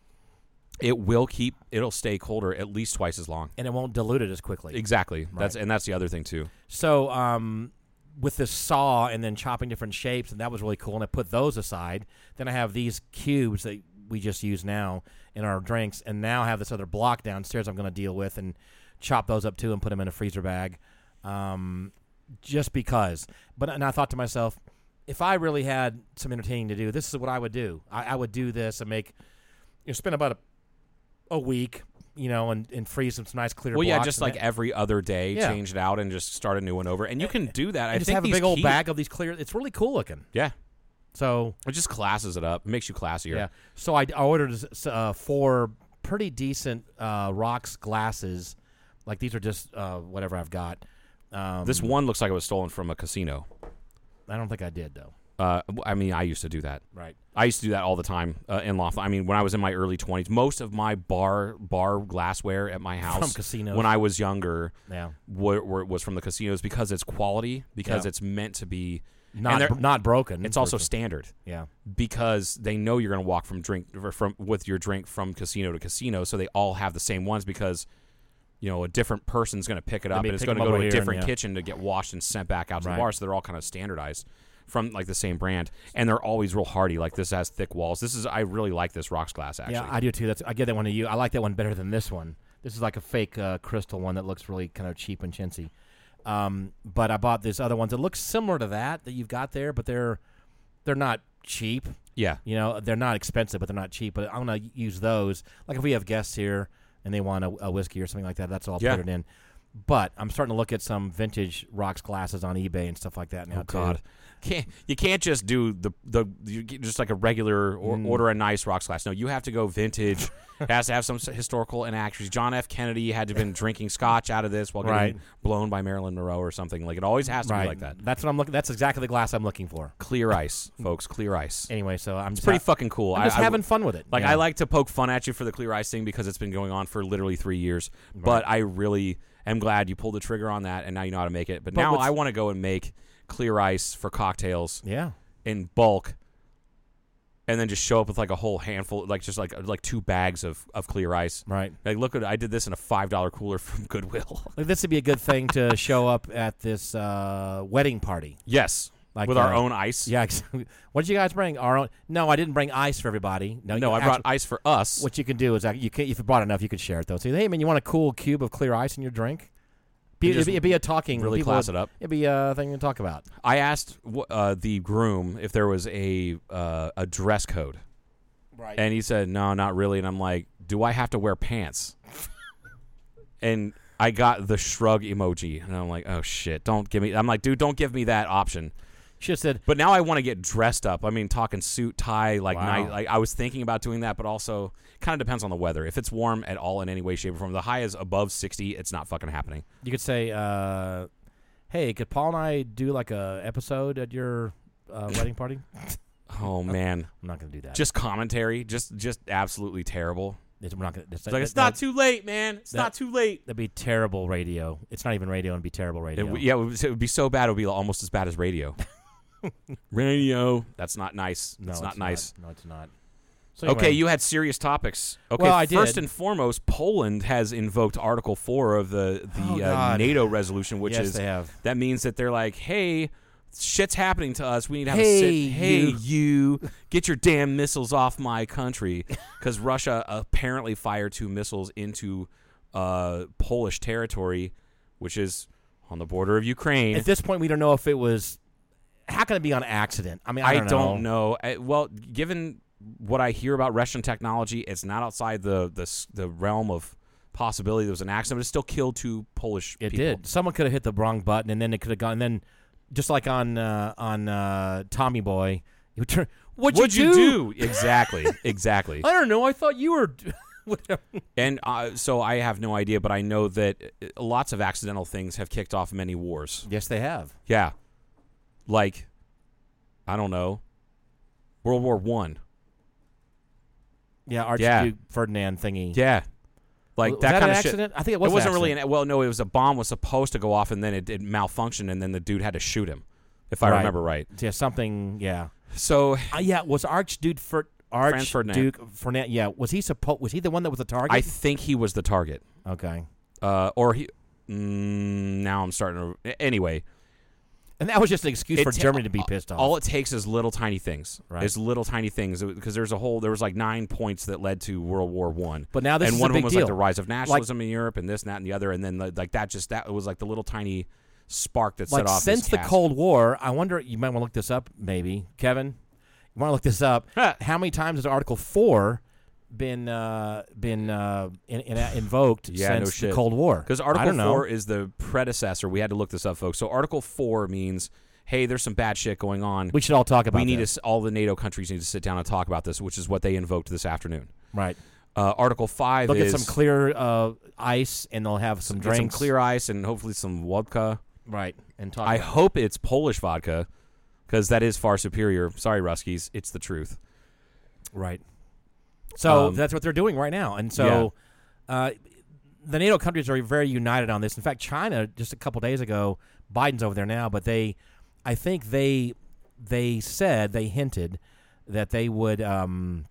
it will keep it'll stay colder at least twice as long. And it won't dilute it as quickly. Exactly. That's and that's the other thing too. So, um, with this saw and then chopping different shapes, and that was really cool. And I put those aside. Then I have these cubes that we just use now in our drinks, and now I have this other block downstairs I'm going to deal with and chop those up too and put them in a freezer bag, um, just because. But and I thought to myself, if I really had some entertaining to do, this is what I would do. I, I would do this and make you know, spend about a, a week, you know, and, and freeze some nice clear. Well, yeah, blocks just and like that. every other day, Yeah. change it out and just start a new one over. And you can do that. I I just think have a these big old key- bag of these clear. It's really cool looking. Yeah, So it just classes it up, makes you classier. yeah. So I, I ordered s- uh, four pretty decent uh, rocks glasses. Like these are just uh, whatever I've got. Um, This one looks like it was stolen from a casino. I don't think I did though. Uh, w- I mean, I used to do that. Right. I used to do that all the time uh, in Laughlin. I mean, when I was in my early twenties, most of my bar bar glassware at my house casinos. when I was younger, Yeah. were, were, was from the casinos because it's quality, because Yeah. it's meant to be and Not they're- br- not broken. It's also First of- standard yeah. because they know you're going to walk from drink or from with your drink from casino to casino, so they all have the same ones because you know a different person's going to pick it up may and it's pick going to them go up to over a here and, different yeah. kitchen to get washed and sent back out to Right. the bar, so they're all kind of standardized from like the same brand, and they're always real hardy. Like this has thick walls. This is I really like this rocks glass actually. Yeah, I do too. That's I get that one to you. I like that one better than this one. This is like a fake uh, crystal one that looks really kind of cheap and chintzy. Um, but I bought this other ones. It looks similar to that that you've got there, but they're they're not cheap. yeah. You know, they're not expensive, but they're not cheap. But I'm gonna use those. Like if we have guests here and they want a, a whiskey or something like that, that's all I'll Yeah. put it in. But I'm starting to look at some vintage rocks glasses on eBay and stuff like that now. Oh God, can't you can't just do the the you get just like a regular or Mm. order a nice rocks glass. No, you have to go vintage. it has to have some s- historical inaccuracies. John F. Kennedy had to been drinking scotch out of this while getting Right. blown by Marilyn Monroe or something. Like it always has too. to right. be like that. That's what I'm looking. That's exactly the glass I'm looking for. Clear ice, folks. Clear ice. Anyway, so I'm It's just pretty ha- fucking cool. I'm I- just I- having fun with it. Like Yeah. I like to poke fun at you for the clear ice thing because it's been going on for literally three years. But I really am glad you pulled the trigger on that, and now you know how to make it. But, But now what's- I want to go and make clear ice for cocktails Yeah. in bulk and then just show up with like a whole handful like just like like two bags of, of clear ice Right. like look what i did this in a five dollar cooler from goodwill Like this would be a good thing to show up at this uh, wedding party. yes Like, with our uh, own ice Yeah. ex- what did you guys bring? Our own? No, I didn't bring ice for everybody. No, no you i brought actually- ice for us What you can do is uh, you can if you brought enough, you could share it though. So hey, man, you want a cool cube of clear ice in your drink? Be, And it'd, just be, it'd be a talking. really people class would- it up. It'd be a thing to talk about. i asked wh- uh, the groom if there was a uh, a dress code Right. and he said no not really and i'm like do i have to wear pants and i got the shrug emoji and i'm like oh shit don't give me i'm like dude don't give me that option She just said, But now I want to get dressed up. I mean, talking suit, tie, like Wow. night. Like I was thinking about doing that, but also kind of depends on the weather. If it's warm at all in any way, shape, or form, the high is above sixty. It's not fucking happening. you could say, uh, "Hey, could Paul and I do like a episode at your uh, wedding party?" Oh man, I'm not gonna do that. just commentary, just just absolutely terrible. It's- we're not gonna. It's, It's like that- it's not that- too late, man. It's that- not too late. That'd be terrible radio. It's not even radio. It'd be terrible It radio. w- yeah, it would, it would be so bad. It would be almost as bad as radio. radio. That's not nice. no, That's not nice. No, it's not. So anyway, Okay, you had serious topics. Okay, Well, I first did. and foremost, Poland has invoked Article Four of the Oh, the uh, God. NATO resolution, which Yes, is they have. that means that they're like, hey, shit's happening to us. We need to have Hey, a sit. Hey, you." you get your damn missiles off my country because Russia apparently fired two missiles into uh, Polish territory, which is on the border of Ukraine. At this point, we don't know if it was. How can it be on accident? I mean, I don't, know. know. I- well, given what I hear about Russian technology, it's not outside the the, s- the realm of possibility. There was an accident, but it still killed two Polish. It people. did. Someone could have hit the wrong button, and then it could have gone. And then, just like on uh, on uh, Tommy Boy, you turn. What'd, What'd you, do? Exactly. Exactly. I don't know. I thought you were. Whatever. And uh, so I have no idea, but I know that uh, lots of accidental things have kicked off many wars. Yes, they have. Yeah, like I don't know, World War One. Yeah, Archduke Yeah. Ferdinand thingy. Yeah, like Was that, that kind an of shit- accident? I think it was It an wasn't really accident. an well. No, it was a bomb was supposed to go off and then it, it malfunctioned and then the dude had to shoot him. if I remember right. Yeah, something. Yeah. So Uh, yeah, was Archduke Fer- Archduke Ferdinand. Ferdinand- Yeah, was he supposed? Was he the one that was the target? I think he was the target. okay. Uh, or he. Mm, now I'm starting to. Anyway, And that was just an excuse it for ta- Germany to be pissed off. All it takes is little tiny things. Right. It's little tiny things because there's a whole. There was like nine points that led to World War One. But now this and is one of a them big was like deal. the rise of nationalism in Europe and this and that and the other. And then like, like that just that was like the little tiny spark that like set off. this since the cast. Cold War, I wonder. You might want to look this up, maybe Kevin. You want to look this up? how many times has Article Four been uh, been uh, in, in, invoked Yeah, since no the shit. Cold War? Because I Article don't know. Four is the predecessor. We had to look this up, folks. So Article Four means, hey, there's some bad shit going on. we should all talk about. we need to this. s all the NATO countries need to sit down and talk about this, which is what they invoked this afternoon. right. Uh, Article Five They'll is get some clear uh, ice, and they'll have some get drinks. some clear ice and hopefully some vodka. right, and talk. I about it. hope it's Polish vodka because that is far superior. Sorry, Ruskies, it's the truth. Right. So Um, that's what they're doing right now, and so uh, the NATO countries are very united on this. In fact, China just a couple days ago, Biden's over there now, but they, I think they, they said they hinted that they would um,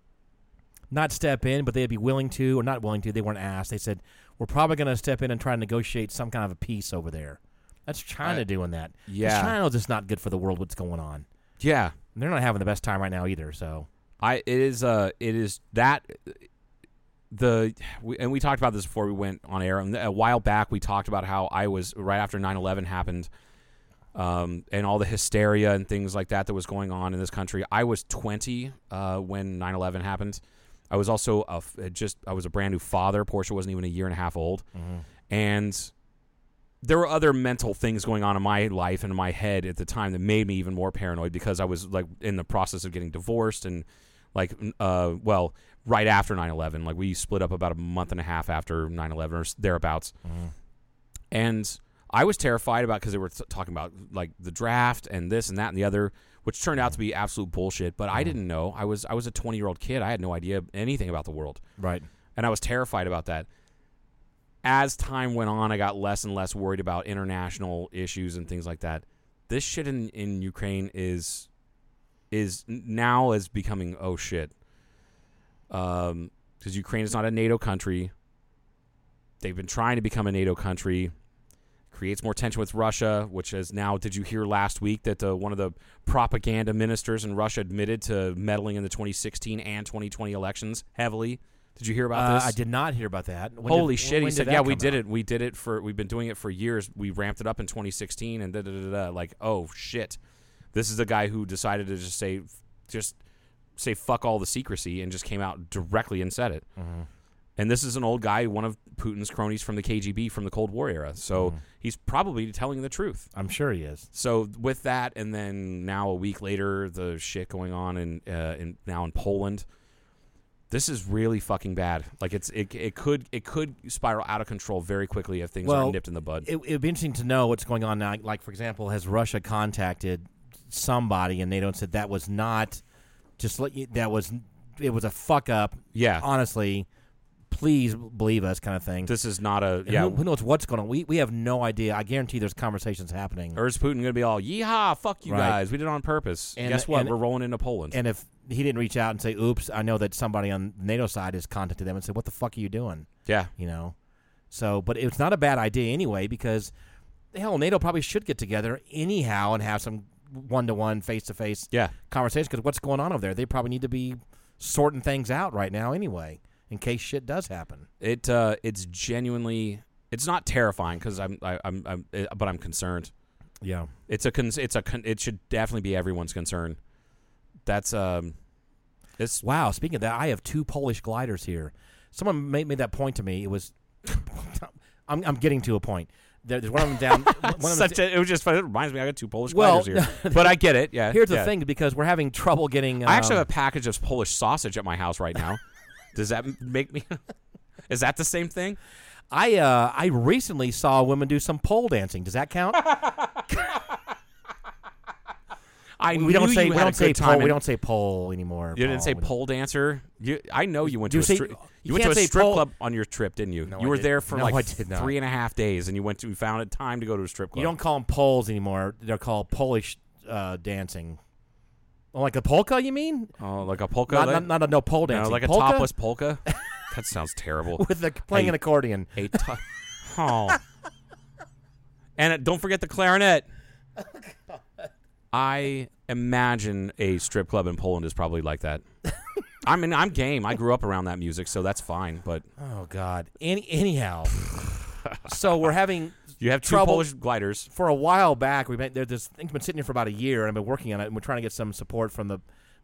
not step in, but they'd be willing to or not willing to. They weren't asked. They said we're probably going to step in and try to negotiate some kind of a peace over there. That's China doing that. 'Cause yeah. China knows it's not good for the world. What's going on? Yeah, And they're not having the best time right now either. So I it is uh it is that the we, and we talked about this before we went on air and a while back we talked about how I was right after 9/11 happened um and all the hysteria and things like that that was going on in this country. I was 20 uh when 9/11 happened. I was also a f- just I was a brand new father. Portia wasn't even a year and a half old. And there were other mental things going on in my life and in my head at the time that made me even more paranoid because I was like in the process of getting divorced and like n- uh well right after 9/11 like we split up about a month and a half after 9/11 or s- thereabouts. And I was terrified about because they were t- talking about like the draft and this and that and the other which turned out to be absolute bullshit, but I didn't know. I was I was a 20-year-old kid. I had no idea anything about the world right. and I was terrified about that. As time went on, I got less and less worried about international issues and things like that. This shit in, in Ukraine is is now is becoming oh shit. Um, because Ukraine is not a NATO country. They've been trying to become a NATO country. Creates more tension with Russia, which is now. Did you hear last week that uh, one of the propaganda ministers in Russia admitted to meddling in the 2016 and 2020 elections heavily? Did you hear about Uh, this? I did not hear about that. When Holy did, shit! when He did said, that "Yeah, we come did out? it. We did it for. We've been doing it for years. We ramped it up in 2016, and da da da da. Like, oh shit, this is the guy who decided to just say, just say fuck all the secrecy and just came out directly and said it. Mm-hmm. And this is an old guy, one of Putin's cronies from the KGB from the Cold War era. Mm-hmm. So he's probably telling the truth. I'm sure he is. So with that, and then now a week later, the shit going on in, uh, in now in Poland. This is really fucking bad. Like it's it, it could it could spiral out of control very quickly if things Well, aren't nipped in the bud. It would be interesting to know what's going on now. Like, for example, has Russia contacted somebody in NATO and said that was not just let you, that was it was a fuck up. Yeah. honestly, please believe us, kind of thing. this is not a And yeah. who, who knows what's going on? We we have no idea. I guarantee there's conversations happening. Or is Putin gonna be all yeehaw? Fuck you Right. guys. We did it on purpose. And- Guess what? and- We're rolling into Poland. and if he didn't reach out and say, "Oops," I know that somebody on the NATO side has contacted them and said, "What the fuck are you doing?" yeah. you know. So, but it's not a bad idea anyway because hell, NATO probably should get together anyhow and have some one-to-one, face-to-face Yeah. conversation because what's going on over there? They probably need to be sorting things out right now anyway in case shit does happen. It uh, it's genuinely it's not terrifying because I'm I, I'm I'm uh, but I'm concerned. Yeah, It's a con- it's a con- it should definitely be everyone's concern. That's um, it's Wow. Speaking of that, I have two Polish gliders here. Someone made, made that point to me. It was, I'm, I'm getting to a point. There, there's one of them down. one of them such a, it was just fun. It reminds me I got two Polish Well, gliders here, but I get it. Yeah, here's the yeah. thing because we're having trouble getting. Um, I actually have a package of Polish sausage at my house right now. Does that m- make me? Is that the same thing? I uh, I recently saw women do some pole dancing. Does that count? I we don't knew say you we had a don't say good time pole. We in- don't say pole anymore. You didn't say We don't- pole dancer. You, I know you went to Do you a say- stri- you you, went to can't a say strip pole- club on your trip, didn't you? No, you I were didn't. there for No, like I did not. three and a half days, and you went to you found a time to go to a strip club. You don't call them poles anymore. They're called Polish uh, dancing. Oh, like a polka, you mean? Oh, like a polka. Not, like- not, not a no pole no, dancing. like a polka topless polka. that sounds terrible. with the, playing Hey. an accordion. a to- oh. And it, don't forget the clarinet. I imagine a strip club in Poland is probably like that. I mean, I'm game. I grew up around that music, so that's fine. But Oh God. Any anyhow. so we're having you have two Trouble- Polish gliders. for a while back, we made there this thing's been sitting here for about a year, and I've been working on it, and we're trying to get some support from the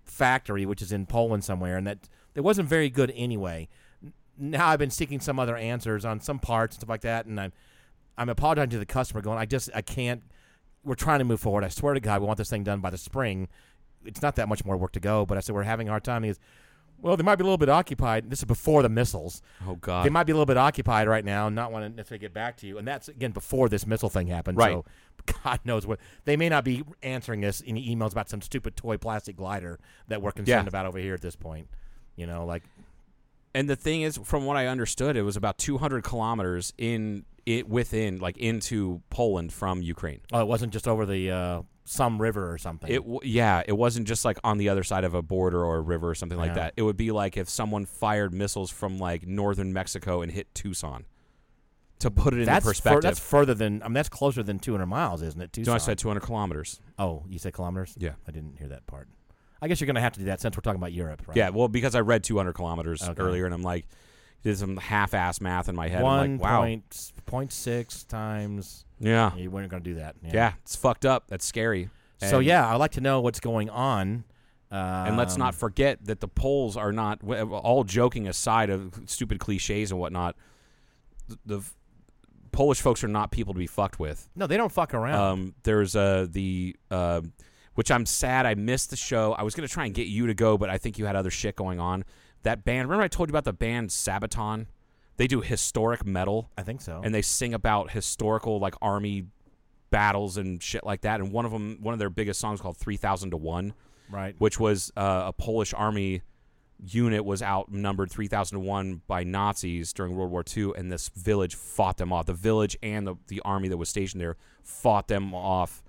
factory, which is in Poland somewhere, and that it wasn't very good anyway. N- Now I've been seeking some other answers on some parts and stuff like that, and I'm I'm apologizing to the customer, going, I just I can't. We're trying to move forward. I swear to God, we want this thing done by the spring. It's not that much more work to go, but I said we're having a hard time. He goes, well, they might be a little bit occupied. This is before the missiles Oh God! they might be a little bit occupied right now and not want to necessarily get back to you. And that's again before this missile thing happened. Right. So God knows what they may not be answering us in emails about some stupid toy plastic glider that we're concerned Yeah. about over here at this point. You know, like and the thing is, from what I understood, it was about 200 kilometers in it within, like into Poland from Ukraine. oh, it wasn't just over the uh, some river or something. It w- yeah, it wasn't just like on the other side of a border or a river or something like Yeah. that. It would be like if someone fired missiles from like northern Mexico and hit Tucson. To put it into that's fur- perspective, that's further than I mean that's closer than 200 miles, isn't it? no, I Tucson. said 200 kilometers. oh, you said kilometers? Yeah. I didn't hear that part. I guess you're going to have to do that since we're talking about Europe, right? Yeah, well, because I read 200 kilometers Okay. earlier, and I'm like, did some half-ass math in my head. I'm One like, wow, point- point six times. yeah, yeah, You weren't going to do that. it's fucked up. That's scary. so And- yeah, I'd like to know what's going on. Um, And let's not forget that the polls are not w- all joking aside of stupid cliches and whatnot. th- The, f- Polish folks are not people to be fucked with. No, they don't fuck around. Um, there's uh, the uh, which I'm sad I missed the show. I was gonna try and get you to go, but I think you had other shit going on. That band. Remember I told you about the band Sabaton? They do historic metal I think so. and they sing about historical like army battles and shit like that. And one of them, one of their biggest songs called 3000 to 1, right. which was uh, a Polish army unit was outnumbered 3,000 to 1 by Nazis during World War II, and this village fought them off. The village and the, the army that was stationed there fought them off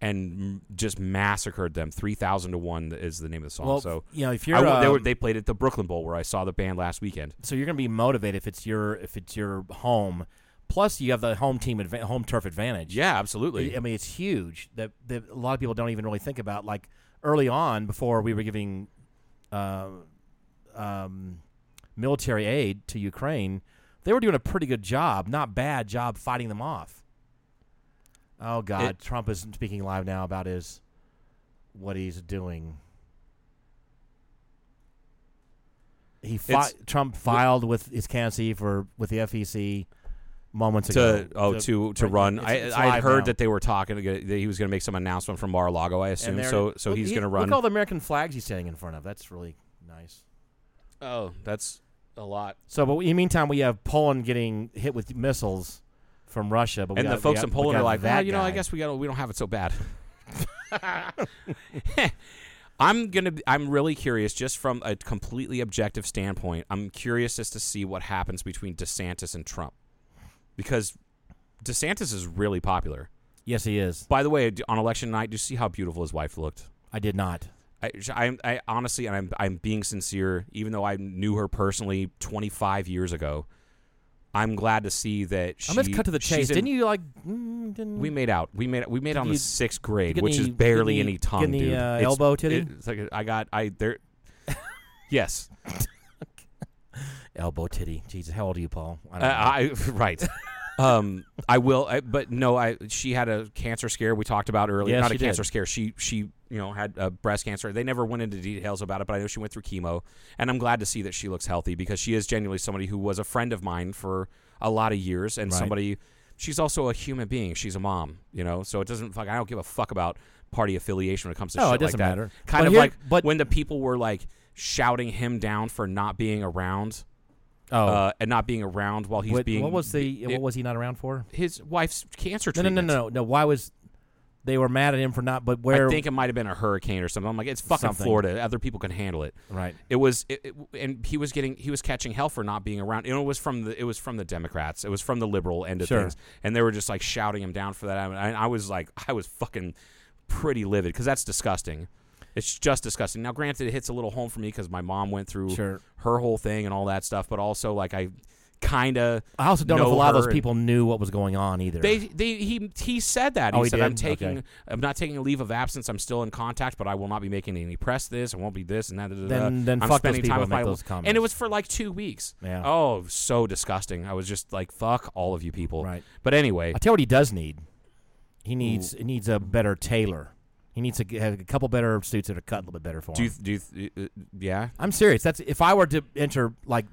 and m- just massacred them. 3,000 to 1 is the name of the song. Well, so, you know, if I you're wa- they, were, um, they played at the Brooklyn Bowl where I saw the band last weekend. so you're going to be motivated if it's your if it's your home. Plus, you have the home team adva- home turf advantage. Yeah, absolutely. I mean, it's huge that, that a lot of people don't even really think about. Like early on, before we were giving uh, um, military aid to Ukraine, they were doing a pretty good job, not bad job, fighting them off. Oh God, It- Trump is speaking live now about his what he's doing. He fi- It's- Trump filed with his candidacy for with the FEC moments ago to oh to to but run. it's- I it's I live heard now. that they were talking that he was going to make some announcement from Mar-a-Lago. I And assume there- so. So look, he's he- going to run. Look all the American flags he's standing in front of. That's really nice. oh, that's a lot. So, but in the meantime, we have Poland getting hit with missiles from Russia. But we and got- the we folks got- in we Poland got are like, that "Ah, you know, I guy." guess we got we don't have it so bad. I'm gonna. be- I'm really curious, just from a completely objective standpoint. I'm curious as to see what happens between DeSantis and Trump, because DeSantis is really popular. Yes, he is. By the way, d- on election night, do you see how beautiful his wife looked? I did not. I, I, I honestly, and I'm, I'm being sincere, even though I knew her personally 25 years ago, I'm glad to see that she. I'm just cut to the she's chase. in- Didn't you like? Mm, didn't We made out. We made we made out on you- the sixth grade, get which is any- barely get any, any- tongue, get any, dude. uh, It's- elbow titty? It's like I got I there. yes, elbow titty? Jesus, how old are you, Paul? I Uh, I right. um, I will, I, but no. I she had a cancer scare we talked about earlier. Yes, Not a she did. cancer scare. She she you know had uh, breast cancer. They never went into details about it, but I know she went through chemo, and I'm glad to see that she looks healthy because she is genuinely somebody who was a friend of mine for a lot of years, and Right. somebody. She's also a human being. She's a mom, you know. So it doesn't fuck. I don't give a fuck about party affiliation when it comes to No, shit it doesn't like that. matter. Kind But of here- like but- when the people were like shouting him down for not being around oh, uh, and not being around while he's what, being. what was the? it- what was he not around for? his wife's cancer No, no, treatment? no, no, no. Why was they were mad at him for not? But where? I think it might have been a hurricane or something. I'm like, it's fucking Something. Florida. Other people can handle it. Right. It was, it, it- and he was getting, he was catching hell for not being around. You know, it was from the, it was from the Democrats. It was from the liberal end of Sure. things, and they were just like shouting him down for that. And I, I was like, I was fucking pretty livid because that's disgusting. It's just disgusting. Now, granted, it hits a little home for me because my mom went through Sure. her whole thing and all that stuff, but also like I kind of I also don't know, if a lot of those people knew what was going on either. They, they, he, he said that. He, Oh, he said, did? "I'm taking, Okay. I'm not taking a leave of absence. I'm still in contact, but I will not be making any press. This, I won't be this, and that. da, da, da. Then- then I'm fuck those spending people time with that my make those And it comments. was for like two weeks. Yeah. Oh, so disgusting. I was just like, fuck all of you people. Right. But anyway, I tell you what he does need. He needs he needs a better tailor. He needs to g- have a couple better suits that are cut a little bit better for him. do you, do you, uh, yeah? I'm serious. That's if I were to enter like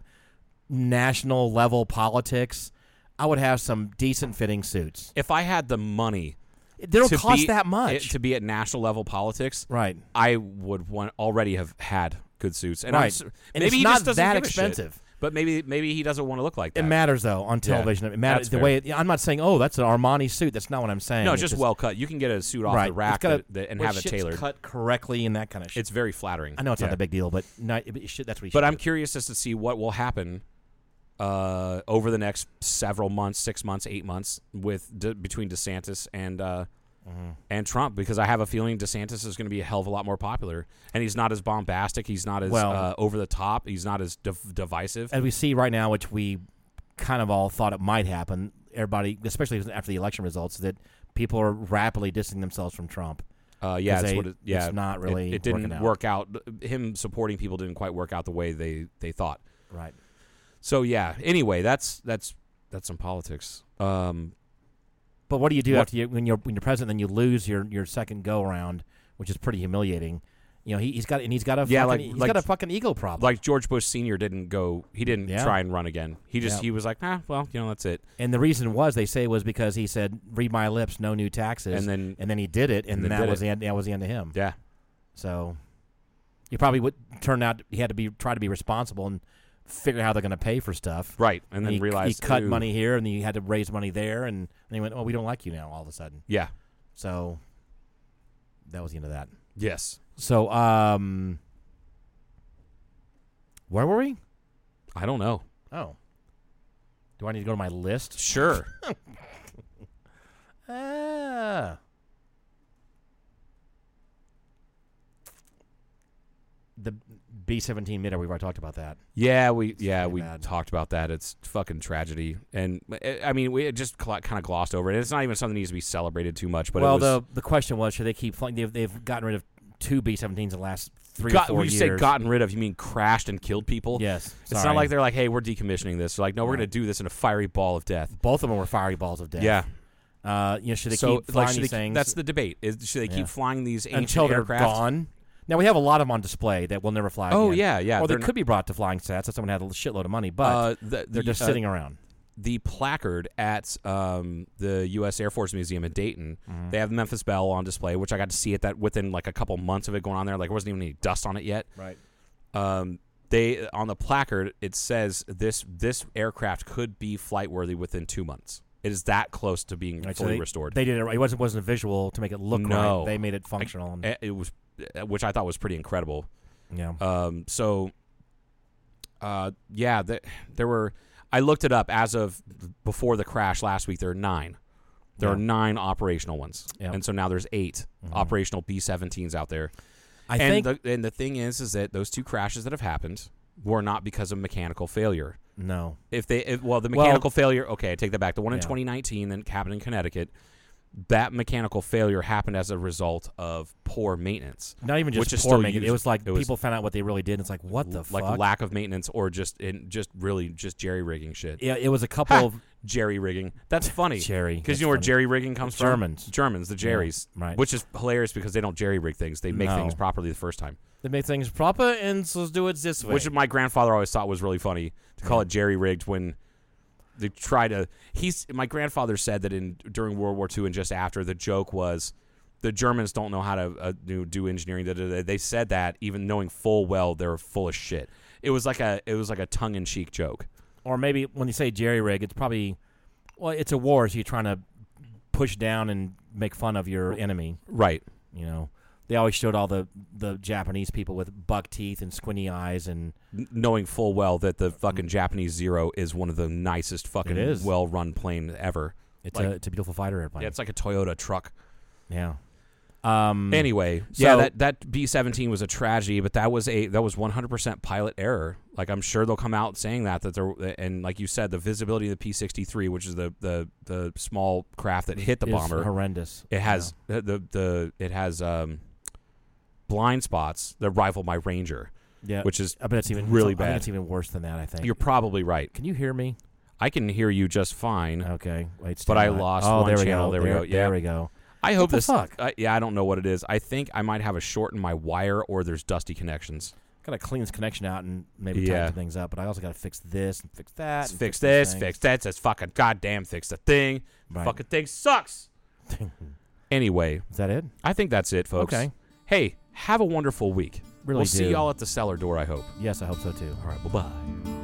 national level politics, I would have some decent fitting suits. If I had the money, They don't to cost be- that much. it- to be at national level politics. Right. I would want already have had good suits, and I'm Right. s- And maybe it's he not just doesn't that give a shit. expensive. But maybe maybe he doesn't want to look like that. It matters though on Yeah, television. it matters that's the way. It, I'm not saying oh that's an Armani suit. That's not what I'm saying. No, It's just, well cut. You can get a suit off right. the It's rack gotta- that- that- and where have it shit's tailored. cut correctly and that kind of shit. It's very flattering. I know it's Yeah. not a big deal, but not, it, it should, that's what he should But I'm do. curious as to see what will happen uh, over the next several months, six months, eight months, with de- between DeSantis and uh, Mm-hmm. and Trump, because I have a feeling DeSantis is going to be a hell of a lot more popular, and he's not as bombastic, he's not as Well- uh, over the top, he's not as div- divisive. as we see right now, which we kind of all thought it might happen. Everybody, especially after the election results, that people are rapidly distancing themselves from Trump. Uh, yeah, 'Cause that's they- what it, yeah, it's not it- really It, didn't working out. work out. Him supporting people didn't quite work out the way they they thought. Right. So yeah. Anyway, that's that's that's some politics. Um, But what do you do What- after you when you're when you're president? Then you lose your your second go round, which is pretty humiliating. You know he, he's got and he's got a Yeah, fucking, like- he's like- got a fucking ego problem. like George Bush Senior didn't go. He didn't Yeah. try and run again. He just Yeah. he was like, ah, well, you know, that's it. and the reason was they say was because he said read my lips, no new taxes, And then- and then he did it, and, and then that did it. was the end, that was the end of him. Yeah. So you probably would turn out he had to be try to be responsible and figure out how they're going to pay for stuff. Right. And then he, realized he cut ooh, money here, and then you had to raise money there, and, and he went, "Oh, we don't like you now." All of a sudden, Yeah. so that was the end of that. Yes. So, um, where were we? I don't know. Oh, do I need to go to my list? Sure. Ah. The B seventeen midder. We've already talked about that. yeah. We yeah fucking we bad. talked about that. It's fucking tragedy. And uh, I mean, we just cl- kind of glossed over it. It's not even something that needs to be celebrated too much. But well, it was, the the question was, should they keep flying? They've, they've gotten rid of two B-17s the last three got, or four when you say years. gotten rid of, you mean crashed and killed people? Yes, It's sorry. not like they're like, hey, we're decommissioning this. They're like, no, we're going to do this in a fiery ball of death. Both of them were fiery balls of death. Yeah. Uh, you know, should they so keep flying like, should they these keep- things? that's the debate. Is, should they Yeah. keep flying these ancient until they're aircraft? gone. Now we have a lot of them on display that will never fly. Oh, again. yeah, yeah, Or they they're could be brought to flying sets if someone had a shitload of money, but Uh, the, they're the, just uh, sitting around. The placard at um, the U.S. Air Force Museum in Dayton, Mm-hmm. they have Memphis Belle on display, which I got to see it that within like a couple months of it going on there. Like there wasn't even any dust on it yet. Right. um, they on the placard it says this this aircraft could be flight worthy within two months. It is that close to being Right, so fully they- restored. They did it right. It wasn't wasn't visual to make it look No. right. They made it functional. and, Eh, it was, eh, which I thought was pretty incredible. yeah. Um, so, uh, yeah, th- there were. I looked it up as of before the crash last week. There are nine. There Yeah. are nine operational ones, Yep. and so now there's 8 operational B-17s out there. I and think the, and the thing is, is that those two crashes that have happened were not because of mechanical failure. no. If they if, well, the Well- mechanical failure. Okay, I take that back. The one in Yeah. 2019 that happened in Connecticut. That mechanical failure happened as a result of poor maintenance. Not even just which is poor still making. It used- was like it was people found out what they really did. and It's like what the like fuck? lack of maintenance or just in just really just jerry rigging shit. yeah, it was a couple of Jerry rigging. That's funny. Jerry, Because that's you know where funny. jerry rigging comes from? Germans. Germans, the Jerrys. right. Which is hilarious because they don't jerry rig things. They make No. things properly the first time. they make things proper and so let's do it this way. Which my grandfather always thought was really funny to call it jerry rigged when they try to he's my grandfather said that in during World War II and just after the joke was the Germans don't know how to uh, do, do engineering. Da, da, da. They said that even knowing full well they're full of shit. It was like a it was like a tongue in cheek joke. or maybe when you say jerry rig, it's probably well, it's a war, so you're trying to push down and make fun of your enemy. Right. You know, they always showed all the the Japanese people with buck teeth and squinty eyes, and N- Knowing full well that the fucking Japanese Zero is one of the nicest It fucking is. well run plane ever. it's Like- a it's a beautiful fighter airplane. Yeah, it's like a Toyota truck. yeah. Um, Anyway, yeah, So- that that B seventeen was a tragedy, but that was a that was one hundred percent pilot error. Like I'm sure they'll come out saying that that there and like you said, the visibility of the P sixty three, which is the, the the small craft that hit the is bomber, horrendous. it has the, the the it has um blind spots that rival my Ranger. yeah, which is I bet it's even really I think bad. it's even worse than that. I think. You're probably right. Can you hear me? I can hear you just fine. Okay, wait. But stand I by. lost Oh, one there we channel. Go. There we go. Yeah. There we go. I hope the this. fuck? I- yeah, I don't know what it is. I think I might have a short in my wire, or there's dusty connections. Gotta clean this connection out and maybe Yeah. tighten things up. But I also gotta fix this and fix that. Let's and fix these this, things. fix that. Let's fucking goddamn fix the thing. Right. Fucking thing sucks. anyway, Is that it? I think that's it, folks. Okay. Hey, have a wonderful week. Really we'll see do. y'all at the cellar door. I hope. Yes, I hope so too. All right. Bye bye.